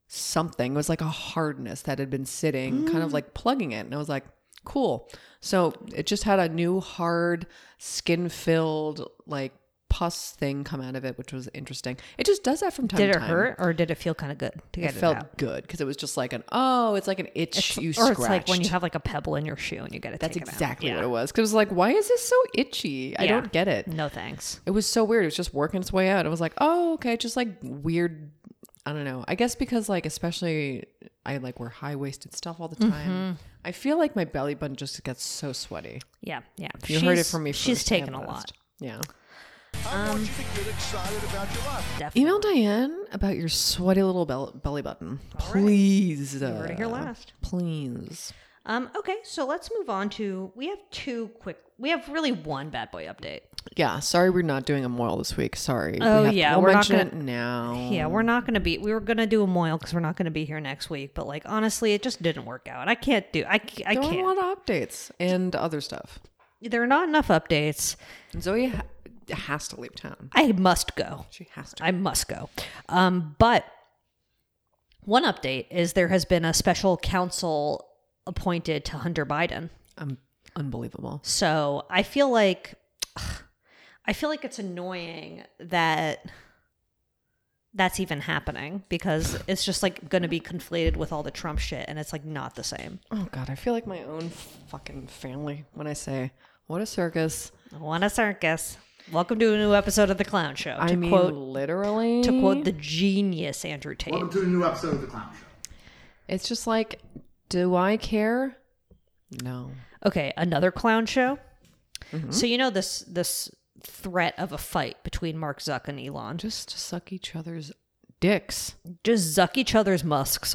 something. It was like a hardness that had been sitting, kind of Mm. like plugging it, and I was like, cool. So it just had a new hard skin filled like pus thing come out of it, which was interesting. It just does that from time Did to it time. hurt or did it feel kind of good to It get it, felt out? good because it was just like an oh, it's like an itch you or scratched. it's like when you have like a pebble in your shoe and you get it. That's taken out. exactly Yeah. what it was. Because it was like, why is this so itchy? I Yeah. don't get it. No thanks. It was so weird. It was just working its way out. It was like, oh, okay, just like weird. I don't know. I guess because like especially I like wear high waisted stuff all the time. Mm-hmm. I feel like my belly button just gets so sweaty. Yeah, yeah. You heard it She's- from me. She's first taken and a last. lot. Um, Yeah. Definitely. Email Diane about your sweaty little bell- belly button, please. You heard it here last. Please. Um, okay, so let's move on to we have two quick. We have really one bad boy update. Yeah, sorry we're not doing a moil this week. Sorry. Oh, we have- yeah, we'll we're not mention gonna- it now. Yeah, we're not gonna be. We were gonna do a moil because we're not gonna be here next week. But like honestly, it just didn't work out. I can't do. I c- I There can't. are a lot of updates and other stuff. there are not enough updates. And Zoe ha- has to leave town. I must go. She has to. I must go. Um, but one update is there has been a special counsel appointed to Hunter Biden. Um, unbelievable. So I feel like I feel like it's annoying that that's even happening because it's just like going to be conflated with all the Trump shit, and it's like not the same. Oh God, I feel like my own fucking family when I say what a circus. I want a circus. Welcome to a new episode of the Clown Show. To I mean, quote literally, to quote the genius Andrew Tate. Welcome to a new episode of The Clown Show. It's just like, do I care? No. Okay, another clown show. Mm-hmm. So you know this this threat of a fight between Mark Zuck and Elon. Just, Just to suck each other's dicks. just zuck each other's musks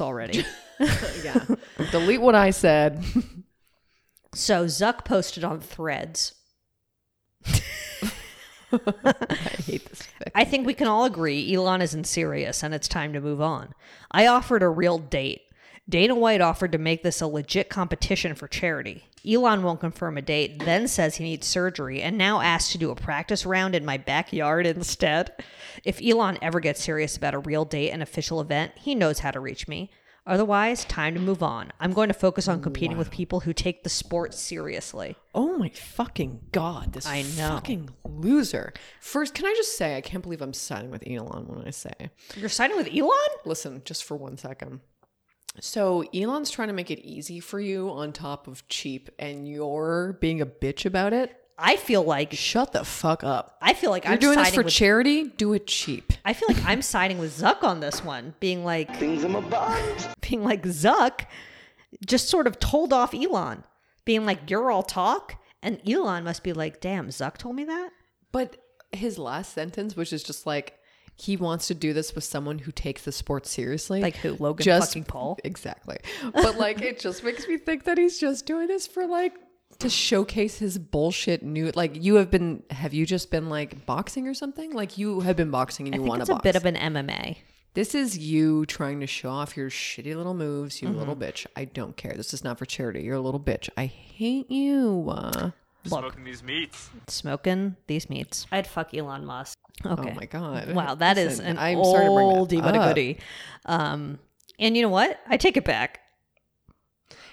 already. Yeah. Delete what I said. so Zuck posted on Threads. I hate this. fic. I think we can all agree Elon isn't serious and it's time to move on. I offered a real date. Dana White offered to make this a legit competition for charity. Elon won't confirm a date, then says he needs surgery, and now asks to do a practice round in my backyard instead. If Elon ever gets serious about a real date and official event, he knows how to reach me. Otherwise, time to move on. I'm going to focus on competing with people who take the sport seriously. Oh my fucking god! This I know. fucking loser. First, can I just say I can't believe I'm siding with Elon when I say You're signing with Elon? listen just for one second. So Elon's trying to make it easy for you on top of cheap, and you're being a bitch about it. I feel like Shut the fuck up. I feel like You're I'm doing this siding for with charity. Do it cheap. I feel like I'm siding with Zuck on this one, being like things being like Zuck just sort of told off Elon, being like you're all talk, and Elon must be like, damn, Zuck told me that. But his last sentence, which is just like he wants to do this with someone who takes the sport seriously, Like who, Logan fucking Paul? exactly. But like, it just makes me think that he's just doing this for like to showcase his bullshit new. Like, you have been, have you just been like boxing or something? Like, you have been boxing and I you think want to it's a box. bit of an MMA. this is you trying to show off your shitty little moves, you little Mm-hmm. bitch. I don't care. This is not for charity. You're a little bitch. I hate you. Uh, smoking these meats. Smoking these meats. I'd fuck Elon Musk. Okay. Oh my god! Wow, that is Listen, an I'm sorry to bring that oldie but a up. goodie. Um, and you know what? I take it back.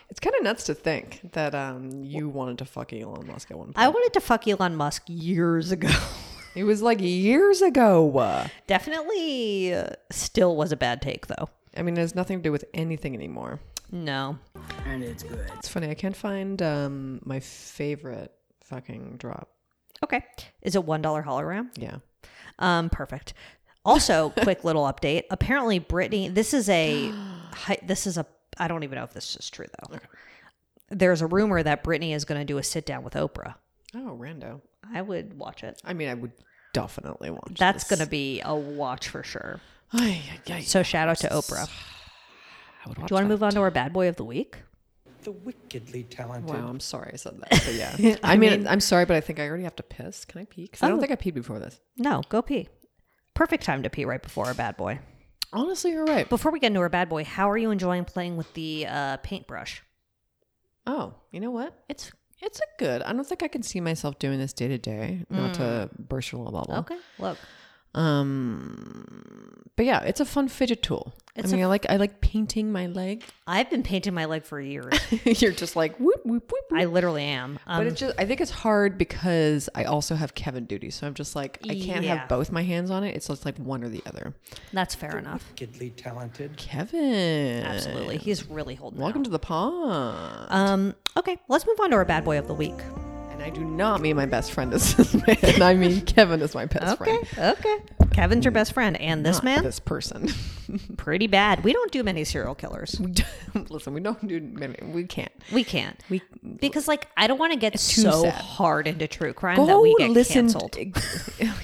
It's kind of nuts to think that um, you wanted to fuck Elon Musk at one point. I wanted to fuck Elon Musk years ago. it was like years ago. Uh, Definitely uh, still was a bad take though. I mean, it has nothing to do with anything anymore. No. It's funny. I can't find um, my favorite fucking drop. Okay. Is it $1 hologram? Yeah. Um, perfect. Also, quick little update. Apparently, Brittany, this is a, hi- this is a, I don't even know if this is true though. There's a rumor that Brittany is going to do a sit down with Oprah. Oh, rando. I would watch it. I mean, I would definitely watch. That's going to be a watch for sure. Ay, ay, ay. So shout out to Oprah. I would Do you want to move on to our bad boy of the week? Wow, I'm sorry I said that. But yeah, I, mean, Oh. I'm sorry, but I think I already have to piss. Can I pee? 'Cause I don't think I peed before this. No, go pee. Perfect time to pee right before our bad boy. Honestly, you're right. Before we get into our bad boy, how are you enjoying playing with the uh, paintbrush? Oh, you know what? It's it's a good. I don't think I can see myself doing this day to day. Not to burst your little bubble. Okay, look. Um, but yeah, it's a fun fidget tool. It's I mean, a- I like I like painting my leg. I've been painting my leg for years. you're just like whoop whoop whoop. whoop. I literally am. Um, but it's just I think it's hard because I also have Kevin duty, so I'm just like I can't Yeah. have both my hands on it. It's just like one or the other. that's fair enough. Kevin, Absolutely, he's really holding. Welcome out. to the pond. Um. Okay, let's move on to our bad boy of the week. and I do not mean my best friend is this man. I mean Kevin is my best Okay. friend. Okay. Kevin's your best friend, and this Not man, this person. pretty bad. We don't do many serial killers. Listen, we don't do many. We can't. We can't. We because like I don't want to get too so sad. hard into true crime Go that we get listen. canceled.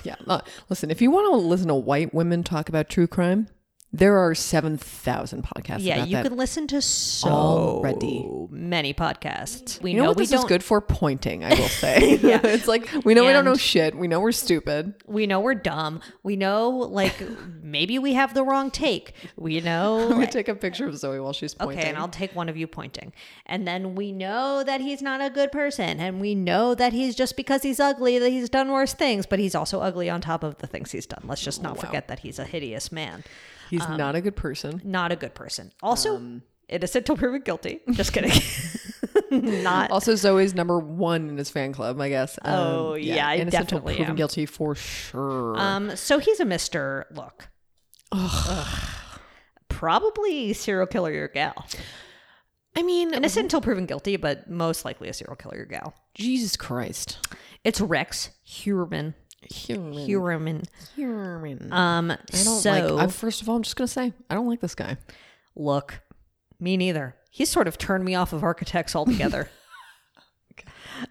yeah, uh, listen. If you want to listen to white women talk about true crime, There are 7,000 podcasts. Yeah, about you that. can listen to so Already. many podcasts. We You know know what we this is don't. good for? Pointing, I will say. it's like we know we don't know And- shit. We know we're stupid. We know we're dumb. We know like maybe we have the wrong take. We I'm know gonna take a picture of Zoe while she's pointing. Okay, and I'll take one of you pointing. And then we know that he's not a good person. And we know that he's just because he's ugly that he's done worse things, but he's also ugly on top of the things he's done. Let's just not forget that he's a hideous man. He's um, not a good person. Not a good person. Also, innocent till proven guilty. Just kidding. not. Also, Zoe's number one in his fan club, I guess. Um, Oh, yeah, I innocent till definitely proven am. guilty for sure. um, so he's a Mr. Look. Ugh. Probably serial killer your gal. I mean, Innocent until proven guilty, but most likely a serial killer your gal. Jesus Christ, It's Rex Huberman. human, Mm. Huberman. human. Um, I don't so like. I, first of all, I'm just gonna say I don't like this guy. look, me neither. He's sort of turned me off of architects altogether.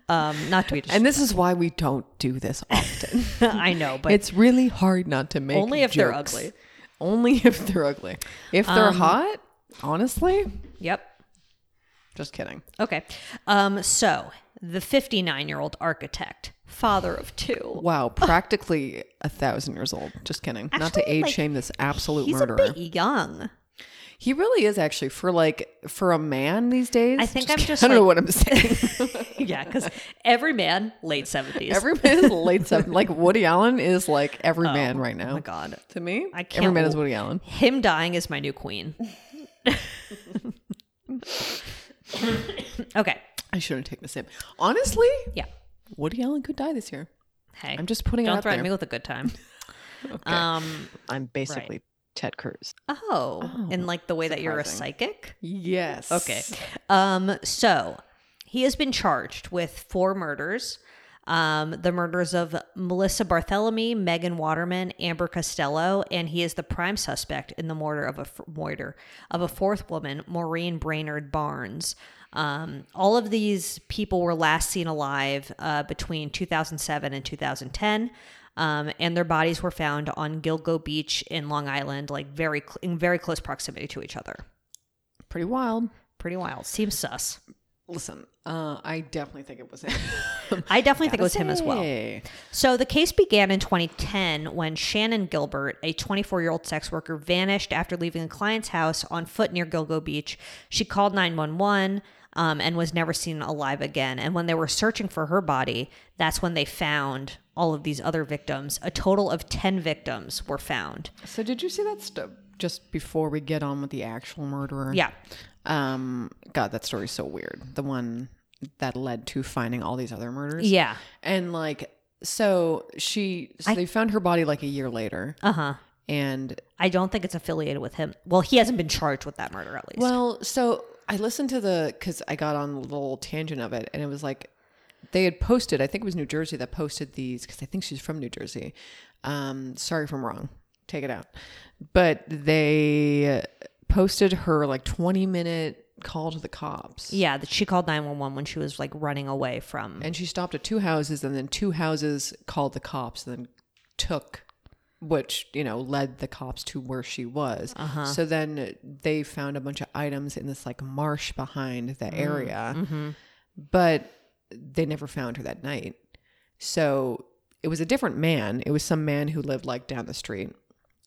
um, not to be, And this is why we don't do this often. I know, but it's really hard not to make Only if they're jokes. ugly. Um, Only if they're ugly. If they're hot, honestly, yep. just kidding. Okay. Um, so the 59 year old architect, father of two. Wow, practically a thousand years old. Just kidding. Not to Actually, age like, shame this absolute He's murderer. a bit young. He really is actually for like for a man these days. I think I'm just I don't know what like- I'm saying. yeah, because every man, late 70s. Every man is late seven. Like Woody Allen is like every man right now. oh my God. To me, I can't. every man is Woody Allen. Him dying is my new queen. okay. I shouldn't take this in. Honestly, Yeah. Woody Allen could die this year. Hey. I'm just putting it Don't out threaten there. me with a good time. Um. I'm basically Ted Cruz. Oh, in like the way that you're a psychic. Yes. Okay. Um. So he has been charged with four murders. Um, the murders of Melissa Barthelemy, Megan Waterman, Amber Costello, and he is the prime suspect in the murder of a f- murder of a fourth woman, Maureen Brainerd Barnes. Um, all of these people were last seen alive uh, between 2007 and 2010 um, and their bodies were found on Gilgo Beach in Long Island, like very cl- in very close proximity to each other. Pretty wild. Pretty wild. Seems sus. Listen, uh, I definitely think it was him. I definitely think it was him as well. Hey. So the case began in 2010 when Shannon Gilbert, a 24-year-old sex worker, vanished after leaving a client's house on foot near Gilgo Beach. She called 911. Um, and was never seen alive again. And when they were searching for her body, that's when they found all of these other victims. A total of 10 victims were found. So did you see that stuff just before we get on with the actual murderer? Yeah. Um. God, that story's so weird. The one that led to finding all these other murders. Yeah. And like, so she, so they found her body like a year later. Uh Uh-huh. huh. And I don't think it's affiliated with him. Well, he hasn't been charged with that murder, at least. well, so I listened to the because I got on the little tangent of it, and it was like they had posted. I think it was New Jersey that posted these because I think she's from New Jersey. Um, sorry if I'm wrong. Take it out. But they posted her like 20 minute call to the cops. yeah, that she called 911 when she was like running away from. And she stopped at two houses, and then two houses called the cops, and then took, which you know led the cops to where she was. Uh-huh. So then they found a bunch of items in this like marsh behind the Mm, area, mm-hmm. but they never found her that night. So it was a different man. It was some man who lived like down the street.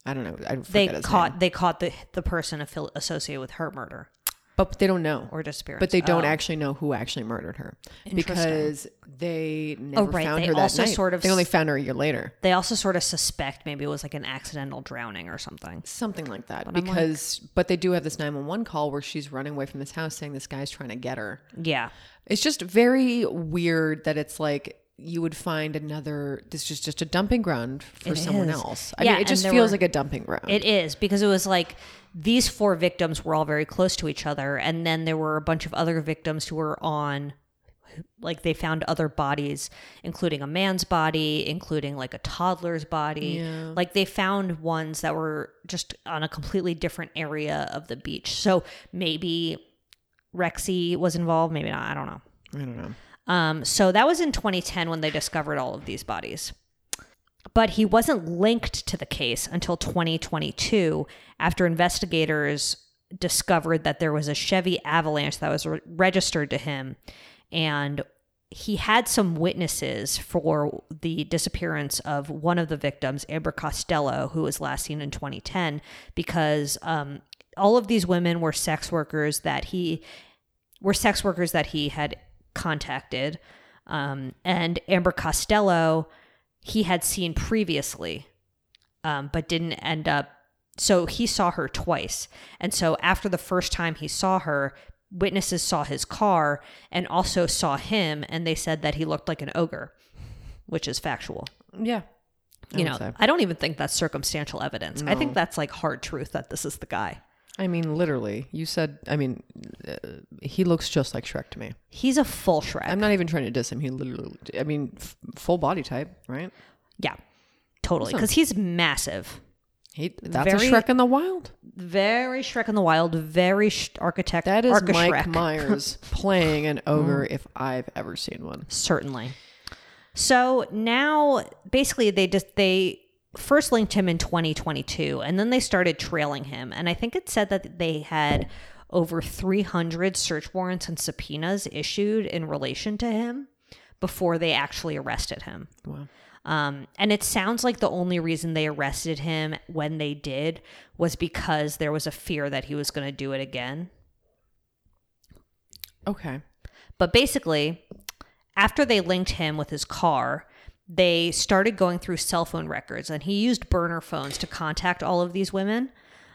I don't know. I forget They his caught name. they caught the the person affil- associated with her murder but they don't know. or disappearance. but they don't Oh. actually know who actually murdered her Interesting. Oh, because they never right. found They her that also night. sort of they only s- found her a year later, They also sort of suspect maybe it was like an accidental drowning or something. something like that. because but they do have this nine one one call where she's running away from this house, saying this guy's trying to get her. Yeah, It's just very weird that it's like you would find another. This is just a dumping ground for It someone is. else. I Yeah, mean, it and just there feels were- like a dumping ground. it is because it was like these four victims were all very close to each other, and then there were a bunch of other victims who were on. Like they found other bodies, including a man's body, including like a toddler's body. Yeah. Like they found ones that were just on a completely different area of the beach. So maybe Rexy was involved, maybe not. I don't know. I don't know. Um, so that was in 2010 when they discovered all of these bodies. but he wasn't linked to the case until 2022 after investigators discovered that there was a Chevy Avalanche that was re- registered to him and he had some witnesses for the disappearance of one of the victims, Amber Costello, who was last seen in 2010, because um, all of these women were sex workers that he were sex workers that he had contacted, um, and Amber Costello he had seen previously, um, but didn't end up. So he saw her twice, and so after the first time he saw her, witnesses saw his car and also saw him, and they said that he looked like an ogre, which is factual. Yeah. I You would know, say. I don't even think that's circumstantial evidence. I think that's like hard truth that this is the guy. I mean, literally, you said, I mean, uh, he looks just like Shrek to me. He's a full Shrek. I'm not even trying to diss him. He literally, I mean, f- full body type, right? yeah, totally. Because he's massive. He, that's Very- a Shrek in the wild. Very Shrek in the Wild, very sh- architect. That is Arca Mike Shrek. Mm. Myers playing an ogre if I've ever seen one. Certainly. So now basically they just they first linked him in 2022 and then they started trailing him and I think it said that they had over 300 search warrants and subpoenas issued in relation to him before they actually arrested him. Um, and it sounds like the only reason they arrested him when they did was because there was a fear that he was going to do it again. Okay. But basically, after they linked him with his car, they started going through cell phone records, and he used burner phones to contact all of these women.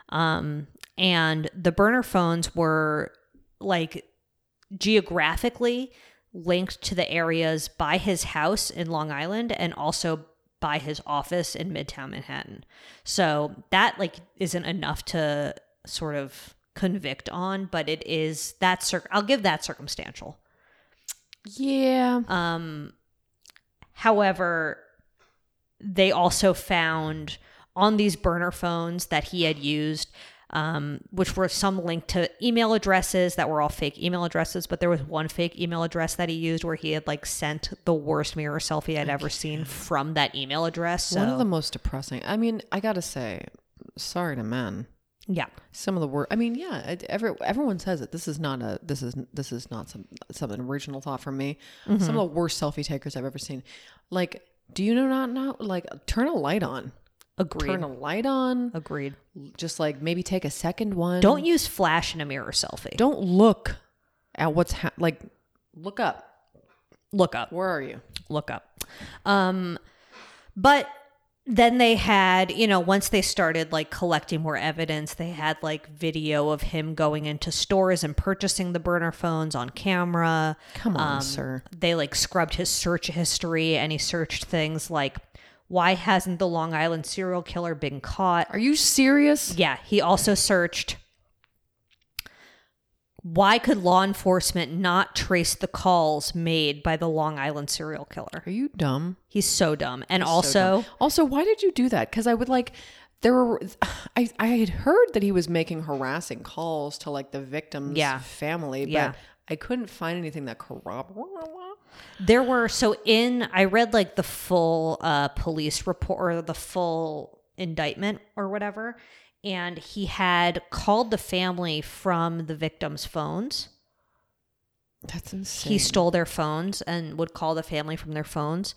Um, and the burner phones were like geographically linked to the areas by his house in Long Island and also by his office in Midtown Manhattan. So that like isn't enough to sort of convict on, but it is that cir- I'll give that circumstantial. Yeah. Um, however, they also found on these burner phones that he had used, um, which were some linked to email addresses that were all fake email addresses, but there was one fake email address that he used where he had like sent the worst mirror selfie I'd ever seen from that email address. So, One of the most depressing. I mean, I gotta say, sorry to men. yeah, Some of the work. I mean, yeah. It, every, everyone says it. This is not a. This is this is not some some original thought from me. Mm-hmm. Some of the worst selfie takers I've ever seen. Like, do you know not not like turn a light on? agreed. Turn a light on. Agreed. Just like maybe take a second one. Don't use flash in a mirror selfie. don't look at what's ha- like. Look up. look up. Where are you? look up. Um, but then they had, you know, once they started like collecting more evidence, they had like video of him going into stores and purchasing the burner phones on camera. Um, Come on, sir. They like scrubbed his search history and he searched things like, why hasn't the Long Island serial killer been caught? Are you serious? Yeah, he also searched why could law enforcement not trace the calls made by the Long Island serial killer? Are you dumb? He's so dumb. And also, Also, why did you do that? Because I would like there were I I had heard that he was making harassing calls to like the victim's Yeah. family, but Yeah. I couldn't find anything that corroborated. there were so in I read like the full uh police report or the full indictment or whatever, and he had called the family from the victim's phones. That's insane. He stole their phones and would call the family from their phones.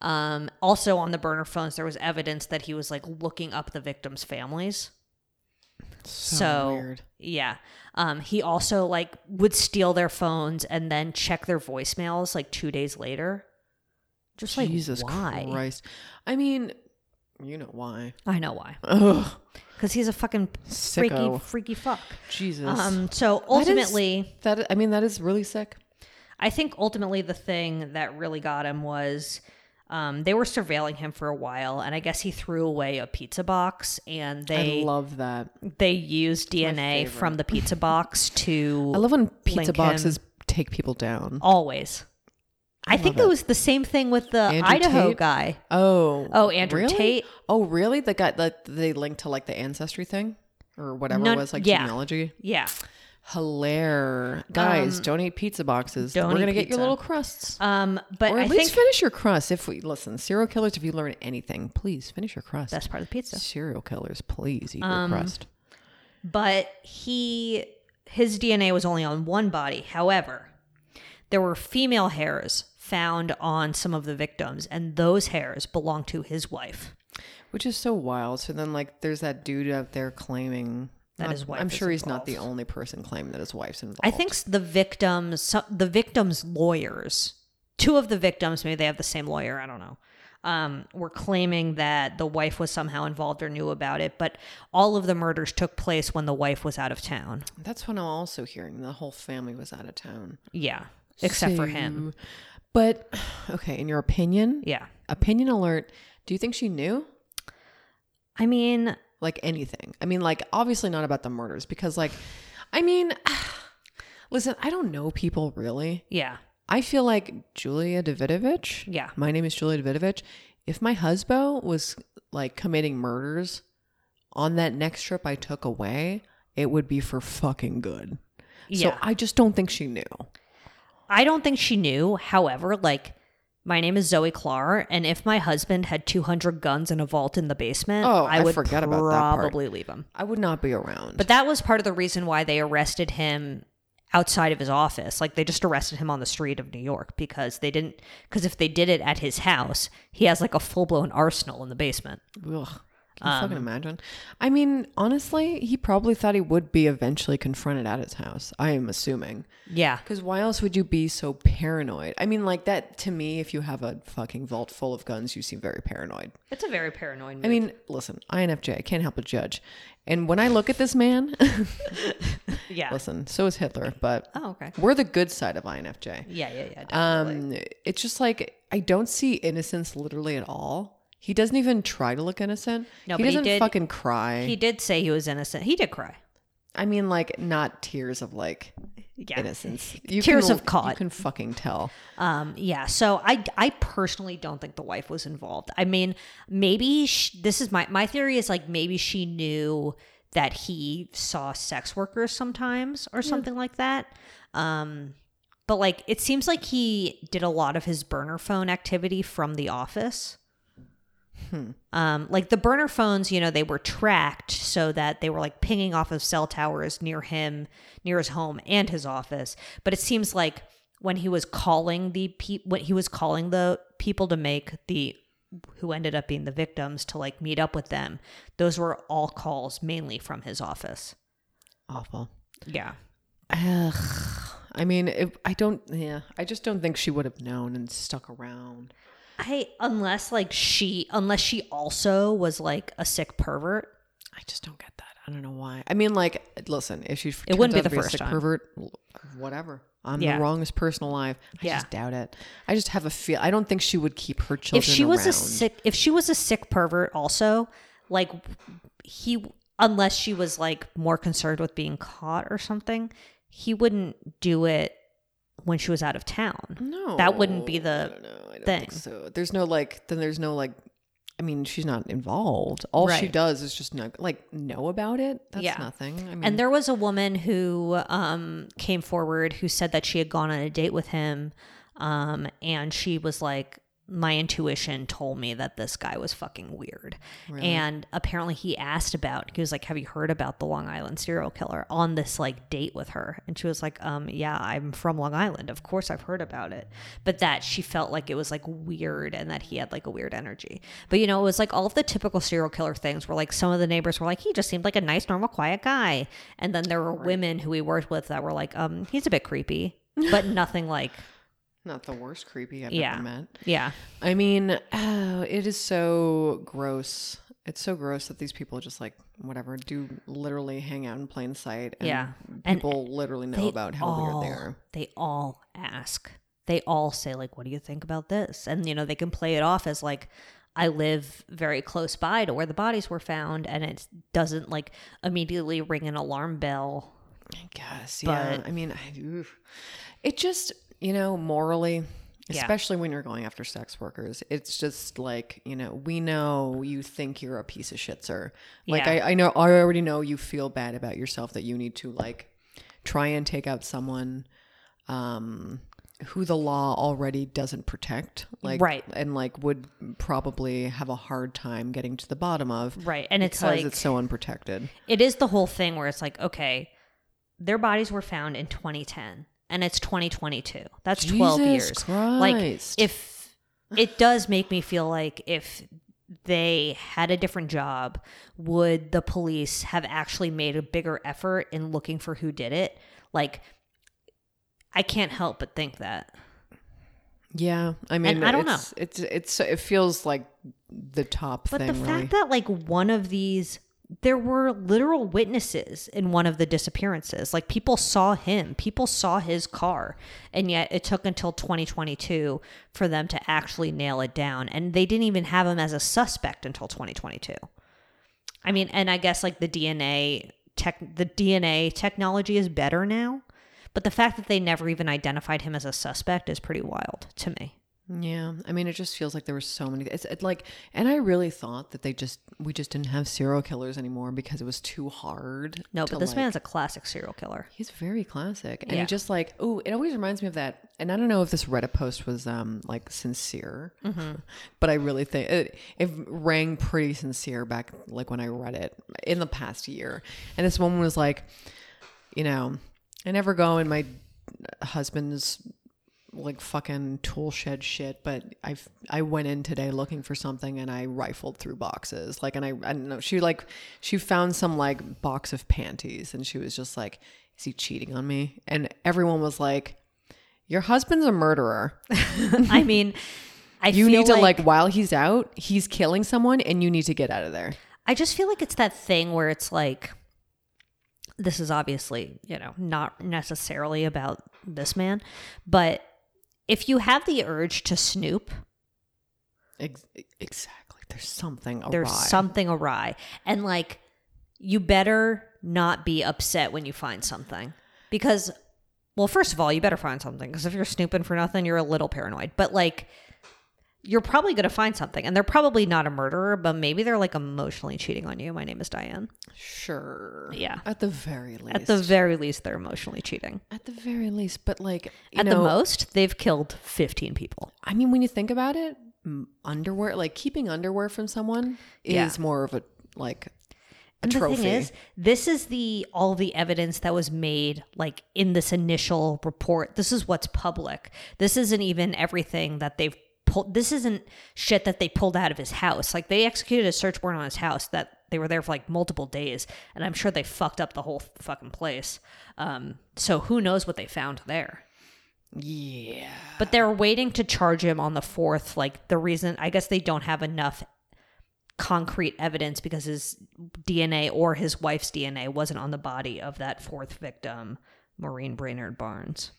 Um, also on the burner phones, there was evidence that he was like looking up the victims' families. so, weird. yeah um he also like would steal their phones and then check their voicemails like two days later just Jesus like why Christ. I mean, you know why? i know why Ugh, because he's a fucking freaky Sicko. freaky fuck Jesus. um so That is- ultimately that, I mean that is really sick. I think ultimately the thing that really got him was um, they were surveilling him for a while, and I guess he threw away a pizza box, and they I love that. they used DNA from the pizza box to I love when pizza Link him. boxes take people down. always. I, think that was the same thing with the Andrew Idaho Tate? guy. Oh. Oh, Andrew really? Tate. Oh, really? The guy that they linked to like the ancestry thing or whatever No, it was like yeah. genealogy. Yeah, Hilaire. Guys, don't eat pizza boxes. don't We're eat gonna get your Um, pizza. little crusts. Um, but or I at least think finish your crust. If we listen, serial killers, if you learn anything, please finish your crust. that's part of the pizza. Um, serial killers, please eat your crust. but he his DNA was only on one body. However, there were female hairs found on some of the victims, and those hairs belonged to his wife. Which is so wild. So then, like, there's that dude out there claiming That not- his wife I'm is sure he's not the involved. only person claiming that his wife's involved. I think s- the victims, so- the victims' lawyers, two of the victims, maybe they have the same lawyer. I don't know. Um, were claiming that the wife was somehow involved or knew about it, but all of the murders took place when the wife was out of town. that's what I'm also hearing. The whole family was out of town, Yeah, except for him. So- But okay, in your opinion, Yeah, opinion alert. Do you think she knew? I mean, like anything. I mean, like obviously not about the murders because, like, I mean, listen, I don't know people really. yeah, I feel like Julia Davidovich. Yeah. my name is Julia Davidovich. If my husband was like committing murders on that next trip I took away, it would be for fucking good. Yeah. So I just don't think she knew. I don't think she knew. However, like, my name is Zoe Clar, and if my husband had 200 guns in a vault in the basement, Oh, I I would forgot about that part. probably leave him. I would not be around. But that was part of the reason why they arrested him outside of his office. Like, they just arrested him on the street of New York because they didn't, because if they did it at his house, he has like a full blown arsenal in the basement. Ugh. Can you fucking imagine? I mean, honestly, he probably thought he would be eventually confronted at his house. I am assuming. Yeah. Because why else would you be so paranoid? I mean, like that to me, if you have a fucking vault full of guns, you seem very paranoid. It's a very paranoid move. I mean, listen, INFJ, I can't help but judge. And when I look at this man, yeah. listen, so is Hitler, but Oh, okay. we're the good side of INFJ. Yeah, yeah, yeah. Um, it's just like I don't see innocence literally at all. He doesn't even try to look innocent. No, he but he doesn't did- fucking cry. he did say he was innocent. He did cry. I mean, like not tears of like Yeah. innocence. You Tears can, of caught. You can fucking tell. Um, yeah, so I, I personally don't think the wife was involved. I mean, maybe sh this is my my theory is like maybe she knew that he saw sex workers sometimes or something like that. Um, but like it seems like he did a lot of his burner phone activity from the office. Um, like the burner phones, you know, they were tracked so that they were like pinging off of cell towers near him, near his home and his office. But it seems like when he was calling the pe- when he was calling the people to make the who ended up being the victims to like meet up with them, those were all calls mainly from his office. Awful. Yeah. Ugh. I mean, it, I don't. Yeah, I just don't think she would have known and stuck around. I unless like she unless she also was like a sick pervert. I just don't get that. I don't know why. I mean, like, listen, if she It wouldn't be the a first sick time. pervert, l- whatever. I'm Yeah. the wrongest person alive. I Yeah. just doubt it. I just have a feel. I don't think she would keep her children. if she was a around. sick if she was a sick pervert also like he unless she was like more concerned with being caught or something he wouldn't do it when she was out of town no, that wouldn't be I the don't know. I don't thing. think so. There's no like. Then there's no like. I mean, she's not involved. All she Right. does is just know, like know about it. That's Yeah. nothing. I mean, and there was a woman who um came forward who said that she had gone on a date with him um and she was like my intuition told me that this guy was fucking weird and apparently he asked about he was like have you heard about the long island serial killer on this like date with her and she was like um yeah i'm from long island of course i've heard about it but that she felt like it was like weird and that he had like a weird energy but you know it was like all of the typical serial killer things where like some of the neighbors were like he just seemed like a nice normal quiet guy and then there were women who we worked with that were like um he's a bit creepy but nothing like not the worst creepy I've Yeah. ever met. yeah I mean, oh, it is so gross. It's so gross that these people just like whatever do literally hang out in plain sight. And Yeah. And people literally know they about how weird they all- are. They all ask. They all say, like, what do you think about this? And, you know, they can play it off as, like, I live very close by to where the bodies were found, and it doesn't, like, immediately ring an alarm bell. I guess. Yeah. But- I mean, I, oof. it just you know morally. Yeah. Especially when you're going after sex workers, it's just like you know we know you think you're a piece of shit, sir. Like Yeah. I, I know I already know you feel bad about yourself that you need to like try and take out someone um, who the law already doesn't protect, like Right. and like would probably have a hard time getting to the bottom of, Right, and it's because like- it's so unprotected. It is the whole thing where it's like, okay, their bodies were found in 2010 and it's 2022. That's 12 Jesus years. Christ. Like if it does make me feel like if they had a different job, would the police have actually made a bigger effort in looking for who did it? Like I can't help but think that. Yeah, I mean, I don't know. it's, It's it's it feels like the top But thing. the fact really. that like one of these there were literal witnesses in one of the disappearances. Like people saw him, people saw his car, and yet it took until 2022 for them to actually nail it down. And they didn't even have him as a suspect until 2022. I mean, and I guess like the DNA tech the DNA technology is better now, but the fact that they never even identified him as a suspect is pretty wild to me. yeah, I mean, it just feels like there were so many. It's it, like, and I really thought that they just we just didn't have serial killers anymore because it was too hard. No, to, but this like- man's a classic serial killer. He's very classic. And Yeah. he just like, ooh, it always reminds me of that. And I don't know if this Reddit post was um like sincere, but I really think it, it rang pretty sincere back like when I read it in the past year. And this woman was like, you know, I never go in my husband's like fucking tool shed shit, but I I went in today looking for something and I rifled through boxes. Like and I I don't know, she like she found some like box of panties and she was just like, is he cheating on me? And everyone was like, your husband's a murderer. I mean, I You feel need to like while he's out, he's killing someone and you need to get out of there. I just feel like it's that thing where it's like this is obviously, you know, not necessarily about this man, but if you have the urge to snoop, Ex- exactly. There's something awry. there's something awry. And like you better not be upset when you find something because well, first of all, you better find something because if you're snooping for nothing, you're a little paranoid. But like you're probably going to find something and they're probably not a murderer, but maybe they're like emotionally cheating on you. My name is Diane. sure. Yeah. At the very least. At the very least, they're emotionally cheating. At the very least, but like you At know, the most, they've killed 15 people. I mean, when you think about it, m- underwear, like keeping underwear from someone is Yeah. more of a like a And the trophy. thing is, this is the all the evidence that was made like in this initial report. This is what's public. This isn't even everything that they've pulled. This isn't shit that they pulled out of his house. Like they executed a search warrant on his house that they were there for like multiple days, and I'm sure they fucked up the whole fucking place. Um, so who knows what they found there. yeah. But they're waiting to charge him on the fourth. Like the reason, I guess they don't have enough concrete evidence because his DNA or his wife's DNA wasn't on the body of that fourth victim, Maureen Brainerd Barnes.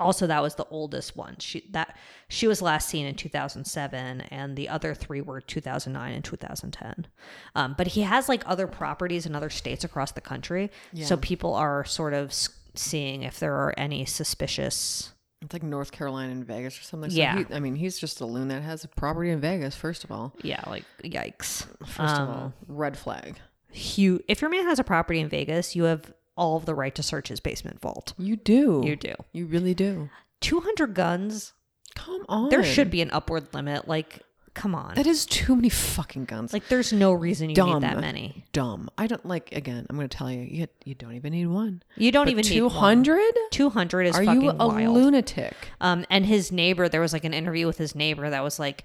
Also, that was the oldest one. She that she was last seen in 2007, and the other three were 2009 and 2010. Um, but he has like other properties in other states across the country, so people are sort of s- seeing if there are any suspicious. It's like North Carolina and Vegas or something. So Yeah. he- I mean, he's just a loon that has a property in Vegas. First of all, Yeah, like yikes. Um, first of all, red flag. huge. If your man has a property in Vegas, you have all of the right to search his basement vault. You do. You do. You really do. 200 guns. Come on. There should be an upward limit. Like, come on. That is too many fucking guns. like, there's no reason you dumb. need that many. Dumb. I don't like. Again, I'm going to tell you. You you don't even need one. You don't even need two one. hundred. 200 is Are fucking you a wild. lunatic? Um, and his neighbor, there was like an interview with his neighbor that was like,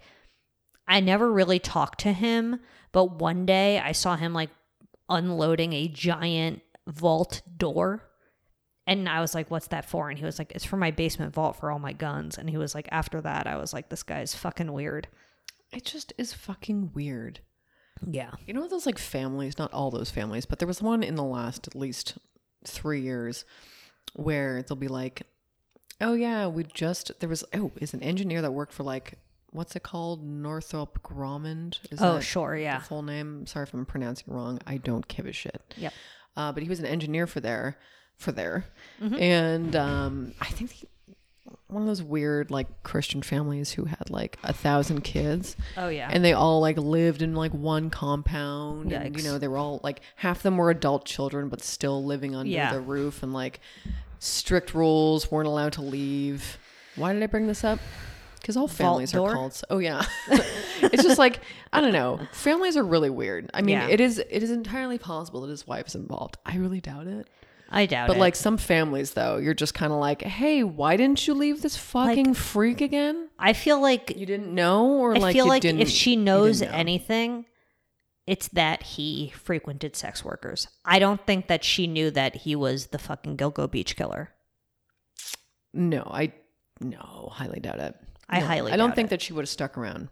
I never really talked to him, but one day I saw him like unloading a giant vault door. And I was like, what's that for? And he was like, it's for my basement vault for all my guns. And he was like, after that, I was like, this guy's fucking weird. It just is fucking weird. Yeah. You know those like families, not all those families, but there was one in the last at least three years where they'll be like, Oh yeah, we just there was oh, is an engineer that worked for like what's it called? Northrop Grumman. Is Oh, that sure. the Yeah. full name? Sorry if I'm pronouncing it wrong. I don't give a shit. Yep. Uh, Mm-hmm. but he was an engineer for there for there. And um I think he one of those weird like Christian families who had like a thousand kids. Oh, yeah. and they all like lived in like one compound. And, you Yikes. know, they were all like half of them were adult children, but still living under Yeah. the roof and like strict rules weren't allowed to leave. Why did I bring this up? Because all families are door? cults. Oh yeah, it's just like I don't know. Families are really weird. I mean, Yeah. it is it is entirely possible that his wife's involved. I really doubt it. I doubt But it. like some families, though, you're just kind of like, hey, why didn't you leave this fucking freak again? I feel like You didn't know, or I like feel you like didn't, if she you didn't knows know? anything, it's that he frequented sex workers. I don't think that she knew that he was the fucking Gilgo Beach killer. no, I no, highly doubt it. I No, highly I don't doubt think it. that she would have stuck around.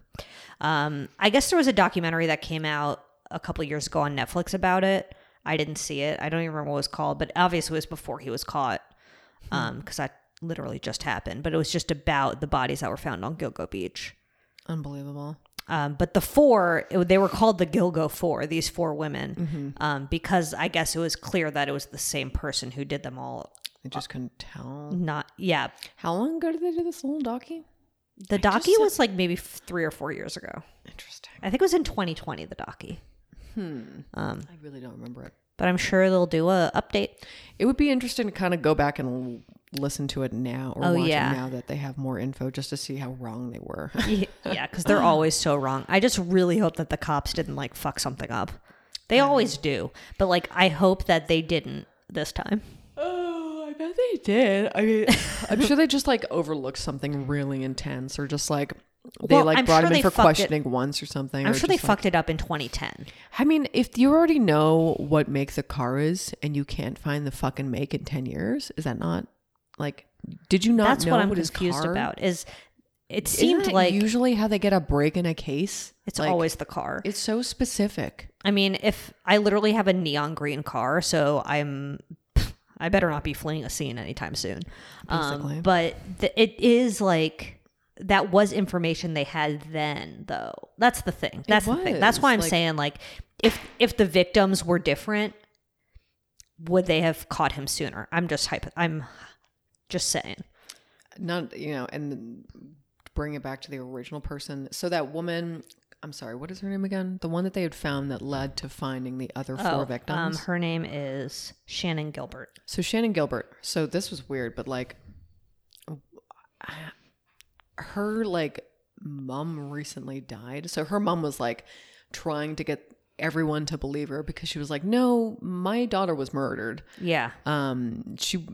Um, I guess there was a documentary that came out a couple years ago on Netflix about it. I didn't see it. I don't even remember what it was called, but obviously it was before he was caught Hmm. because that literally just happened. But it was just about the bodies that were found on Gilgo Beach. Unbelievable. Um, but the four, it- they were called the Gilgo Four, these four women, Mm-hmm. um, because I guess it was clear that it was the same person who did them all. They just couldn't tell. Not, yeah. How long ago did they do this little docu? The docu was like maybe f- three or four years ago. Interesting. I think it was in 2020, the docu. Hmm. I really don't remember it. But I'm sure they'll do a update. It would be interesting to kind of go back and l- listen to it now or Oh, watch yeah. it now that they have more info just to see how wrong they were. Y- yeah, because they're always so wrong. I just really hope that the cops didn't like fuck something up. They always do, but like I hope that they didn't this time. Oh, I bet they did. I mean, I'm sure they just like overlooked something really intense, or just like they Well, like I'm brought sure him they in for fucked it- questioning once or something. I'm or sure they just, like- fucked it up in 2010. I mean, if you already know what make the car is, and you can't find the fucking make in ten years, is that not like? Did you not? That's know what I'm his confused car- about. Is it Isn't seemed that like usually how they get a break in a case. it's Like, always the car. it's so specific. I mean, if I literally have a neon green car, so I'm I better not be fleeing a scene anytime soon. Basically. Um, but th- it is like that was information they had then, though. That's the thing. That's the thing. That's was, why I'm like- saying like if if the victims were different, would they have caught him sooner? I'm just hypo- I'm just saying. not you know and bring it back to the original person so that woman i'm sorry what is her name again the one that they had found that led to finding the other four Oh, um, victims her name is Shannon Gilbert. so shannon gilbert so this was weird but like I- her like mom recently died so her mom was like trying to get everyone to believe her because she was like no my daughter was murdered Yeah. um she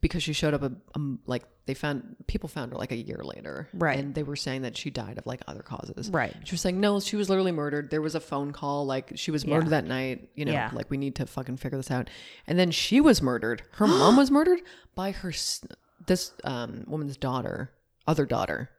because she showed up a, um, like they found people found her like a year later Right. and they were saying that she died of like other causes Right. she was saying no she was literally murdered there was a phone call like she was murdered that night you know Yeah. like we need to fucking figure this out and then she was murdered her mom was murdered by her s- this um woman's daughter other daughter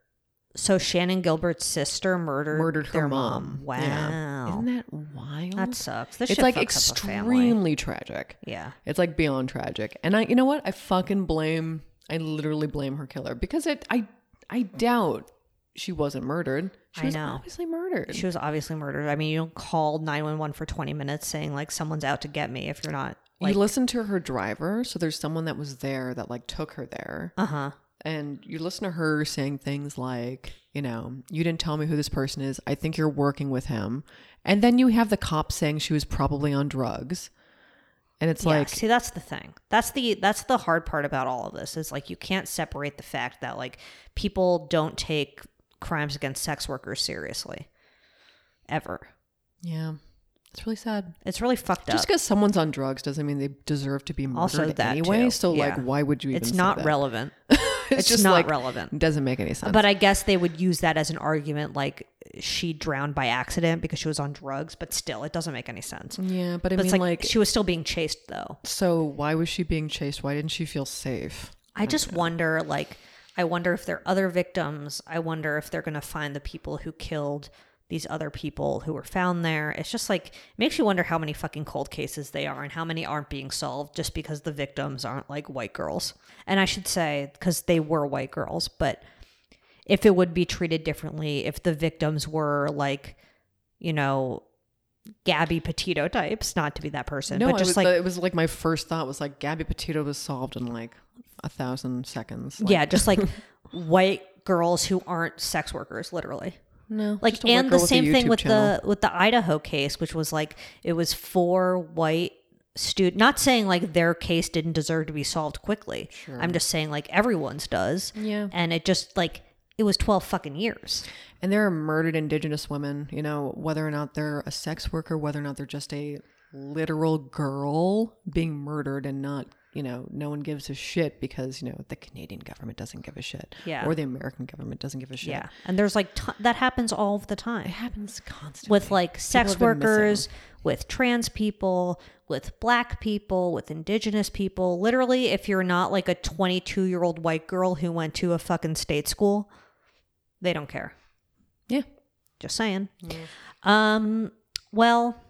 So Shannon Gilbert's sister murdered murdered her Er, their mom, Wow. Yeah. isn't that wild That sucks. This it's shit like fucks up a family. extremely tragic Yeah. It's like beyond tragic. And I you know what? I fucking blame I literally blame her killer because it I I doubt she wasn't murdered. She I was know. obviously murdered. She was obviously murdered. I mean, you don't call 911 for 20 minutes saying, like, someone's out to get me if you're not. Like, you listen to her driver, so there's someone that was there that like took her there. uh huh. And you listen to her saying things like, you know, you didn't tell me who this person is. I think you're working with him. And then you have the cop saying she was probably on drugs. And it's Yeah. like see, that's the thing. That's the that's the hard part about all of this is like you can't separate the fact that like people don't take crimes against sex workers seriously, ever. Yeah. It's really sad. It's really fucked Just up. because someone's on drugs doesn't mean they deserve to be murdered Also, that anyway. too. So, like, Yeah. why would you? Even It's say not that? relevant. It's, just not like, relevant. It doesn't make any sense. But I guess they would use that as an argument, like she drowned by accident because she was on drugs. But still, it doesn't make any sense. yeah, but I mean, But it's like, like, she was still being chased, though. so why was she being chased? Why didn't she feel safe? I just wonder, like, I wonder if there are other victims. I wonder if they're going to find the people who killed these other people who were found there. It's just like, it makes you wonder how many fucking cold cases they are and how many aren't being solved just because the victims aren't like white girls. And I should say, because they were white girls, but if it would be treated differently, if the victims were like, you know, Gabby Petito types, not to be that person, No, but I just was, like it was like my first thought was like Gabby Petito was solved in like a thousand seconds. Like, yeah, just like white girls who aren't sex workers, literally. no, Like just a white and girl the with a same thing YouTube with channel. the with the Idaho case, which was like it was four white student not saying like their case didn't deserve to be solved quickly. I'm just saying like everyone's does. Yeah. And it just like it was twelve fucking years. and there are murdered Indigenous women. You know, whether or not they're a sex worker, whether or not they're just a literal girl being murdered and not. You know, no one gives a shit because you know the Canadian government doesn't give a shit, Yeah. or the American government doesn't give a shit. Yeah. And there's like t- that happens all of the time. it happens constantly with like sex have been missing. workers, with trans people, with black people, with indigenous people. Literally, if you're not like a 22 year old white girl who went to a fucking state school, they don't care. Yeah, Just saying. Um, well,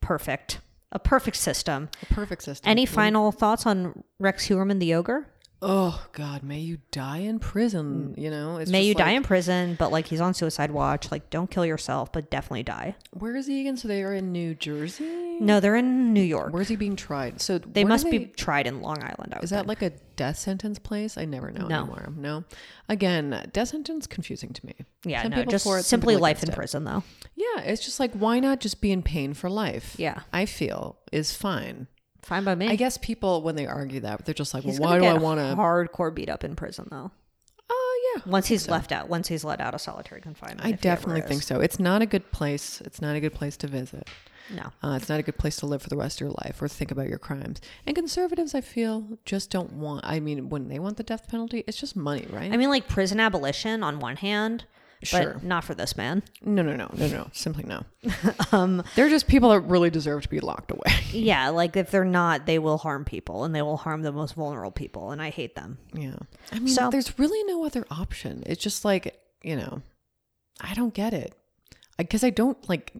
perfect. A perfect system. a perfect system. Any final thoughts on Rex Huerman the ogre? Oh God, may you die in prison. You know, it's Mm. May just you die like- in prison, but like he's on suicide watch. Like, don't kill yourself, but definitely die. Where is he again? So they are in New Jersey. No, they're in New York. Where's he being tried? So they where do must be tried in Long Island. I would Is that think. like a death sentence place? I never know No. anymore. No. Again, death sentence confusing to me. Yeah, Some no, people just for it, some simply people life in against it. prison, though. Yeah, it's just like why not just be in pain for life? Yeah. I feel is fine. Fine by me. I guess people when they argue that they're just like, well, He's why gonna do I get want to? hardcore beat up in prison though? Oh yeah, Once he's left out, once he's let out of solitary confinement. I if he ever definitely think is. so. It's not a good place. It's not a good place to visit. No, Uh, it's not a good place to live for the rest of your life or think about your crimes. And conservatives, I feel, just don't want. I mean, when they want the death penalty, it's just money, right? I mean like prison abolition on one hand, Sure. but not for this man. Um, no, no, no, no, no, simply no. They're just people that really deserve to be locked away. Yeah, like if they're not, they will harm people and they will harm the most vulnerable people, and I hate them. yeah, I mean, So- there's really no other option. It's just like you know, I don't get it. I guess I don't like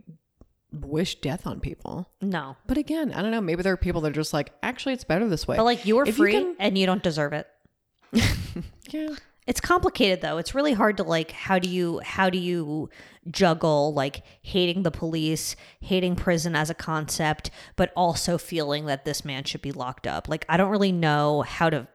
wish death on people. No, But again, I don't know. Maybe there are people that are just like, actually, it's better this way. but like you're If you free can- and you don't deserve it. yeah. it's complicated though it's really hard to like how do you how do you juggle like hating the police hating prison as a concept but also feeling that this man should be locked up like i don't really know how to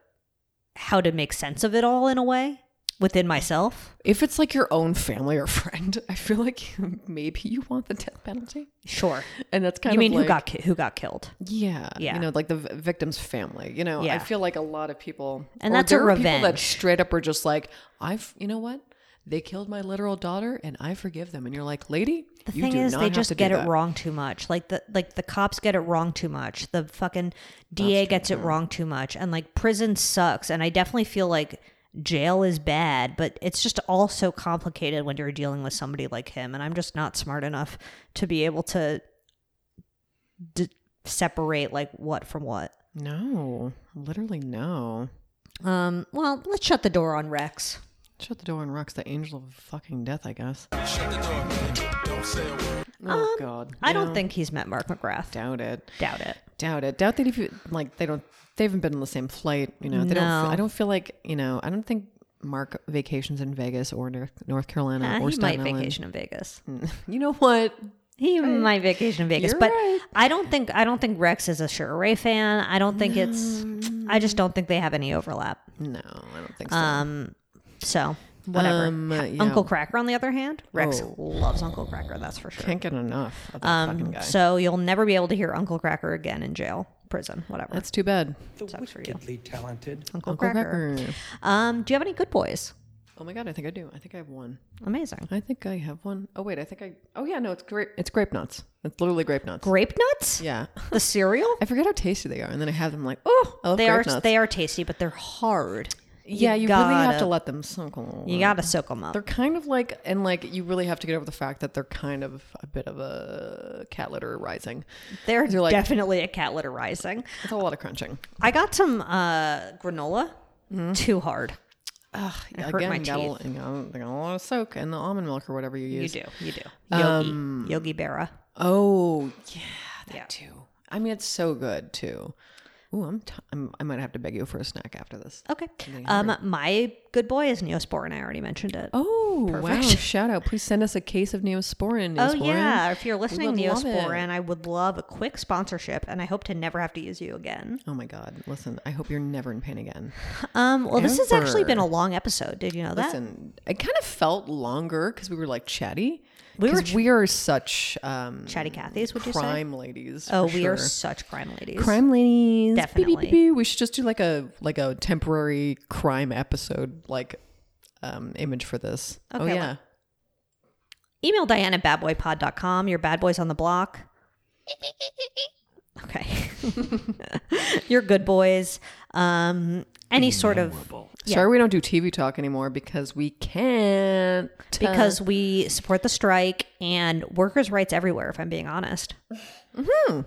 how to make sense of it all in a way within myself If it's like your own family or friend, I feel like maybe you want the death penalty. sure And that's kind you of mean like, who got ki- who got killed yeah, Yeah. you know, like the v- victim's family. You know, I Yeah. feel like a lot of people, And or that's a there are People that revenge. straight up are just like, I've, you know what, they killed my literal daughter, and I forgive them. And you're like, lady, the you thing do is not they have just to do get it that." wrong too much like the like the cops get it wrong too much the fucking da gets it wrong too much and like prison sucks and i definitely feel like jail is bad but it's just all so complicated when you're dealing with somebody like him and i'm just not smart enough to be able to d- separate like what from what No, literally no. um well let's shut the door on rex Shut the door and rocks the angel of fucking death, I guess. Oh Um, God, i don't No, think he's met mark mcgrath doubt it. doubt it Doubt it. Doubt that if you like, they don't. They haven't been on the same flight. You know, they don't. No. I don't feel like you know. I don't think Mark vacations in Vegas or North, North Carolina Ah, or he might Staten Island. vacation in vegas You know what? He might vacation in Vegas, You're but right. I don't think I don't think Rex is a Sugar Ray fan. I don't think it's. I Mm. just don't think they have any overlap. No, I don't think so. Um, so whatever. Um, Ha- yeah. Uncle Cracker, on the other hand, Rex Oh. loves Uncle Cracker. That's for sure. Can't get enough of that fucking Um, guy. so you'll never be able to hear Uncle Cracker again in jail, prison, whatever. That's too bad. Sucks for you. talented. Uncle, Uncle Cracker. Cracker. Um, do you have any good boys? Oh my god, I think I do. I think I have one. Amazing. I think I have one. Oh wait, I think I. Oh yeah, no, it's grape. It's grape nuts. It's literally grape nuts. Grape nuts? yeah. The cereal? I forget how tasty they are, and then I have them like, oh, I love They are grape nuts. they are tasty, but they're hard. yeah, you really have gotta- to let them soak a little. You gotta soak them up. They're kind of like, and like, you really have to get over the fact that they're kind of a bit of a cat litter rising. They're, They're like- definitely a cat litter rising. It's a lot of crunching. I got some uh, granola. Mm-hmm. Too hard. hurt my got a, teeth. you know, they got a lot of soak and the almond milk or whatever you Um, You use. do. You do. Yogi. Yogi Berra. Oh yeah, that Yeah. too. I mean, it's so good too. Ooh, I'm, t- I'm I might have to beg you for a snack after this. Okay. Um, my good boy is Neosporin. I already mentioned it. Oh, wow. Shout out. Please send us a case of Neosporin. Oh, Neosporin. yeah. If We you're listening, would love it. Neosporin, I would love a quick sponsorship, and I hope to never have to use you again. Oh my God! Listen, I hope you're never in pain again. Um, well, this has actually Ever. been a long episode. Did you know that? Listen, it kind of felt longer because we were like chatty. We were 'Cause ch- we are such um, Chatty Cathy's, would you say? crime ladies. oh, for we are sure. such crime ladies. crime ladies. Beep, beep, beep, Definitely. beep. We should just do like a like a temporary crime episode like um, image for this. oh Okay, yeah. well- Email Diane at badboypod.com. Your bad boys on the block. Okay. Your good boys. Um, any sort of. Sorry, we don't do TV talk anymore because we can't. Uh-huh. Because we support the strike and workers' rights everywhere, if I'm being honest. Mm-hmm.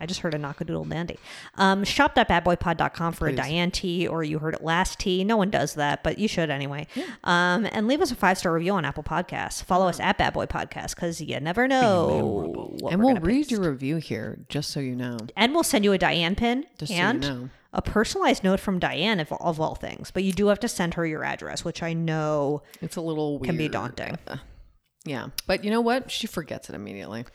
I just heard a knockadoodle dandy. Um, shop.badboypod.com for a Diane tea, or you heard it last tea. No one does that, but you should anyway. Um, and leave us a five star review on Apple Podcasts. Follow us at Bad Boy Podcast because you never know. what and we're we'll gonna read post. your review here, just so you know. And we'll send you a Diane pin Just so you and know. a personalized note from Diane, of, of all things. But you do have to send her your address, which I know It's a little weird. can be daunting. Yeah. But you know what? She forgets it immediately.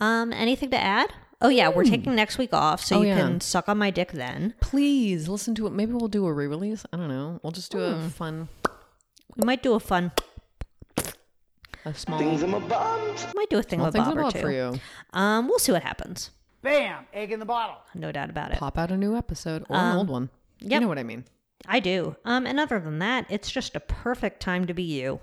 Um, anything to add? Oh yeah, we're taking next week off, so Hmm. Oh, you yeah. can suck on my dick then. Please listen to it. Maybe we'll do a re release. I don't know. We'll just do Hmm. a fun, We might do a fun, a small things might do a thing with things Bob or about two. for you. Um, we'll see what happens. Bam! Egg in the bottle. No doubt about it. Pop out a new episode or Um, an old one. You yep. know what I mean. I do. Um, and other than that, it's just a perfect time to be you.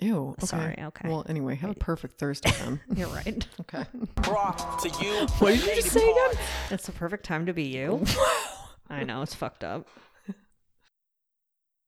Ew. Okay. Sorry, okay. Well, anyway, have a perfect Thursday then. You're right. okay. Brought to you. What did you just say again? it's the perfect time to be you. I know it's fucked up.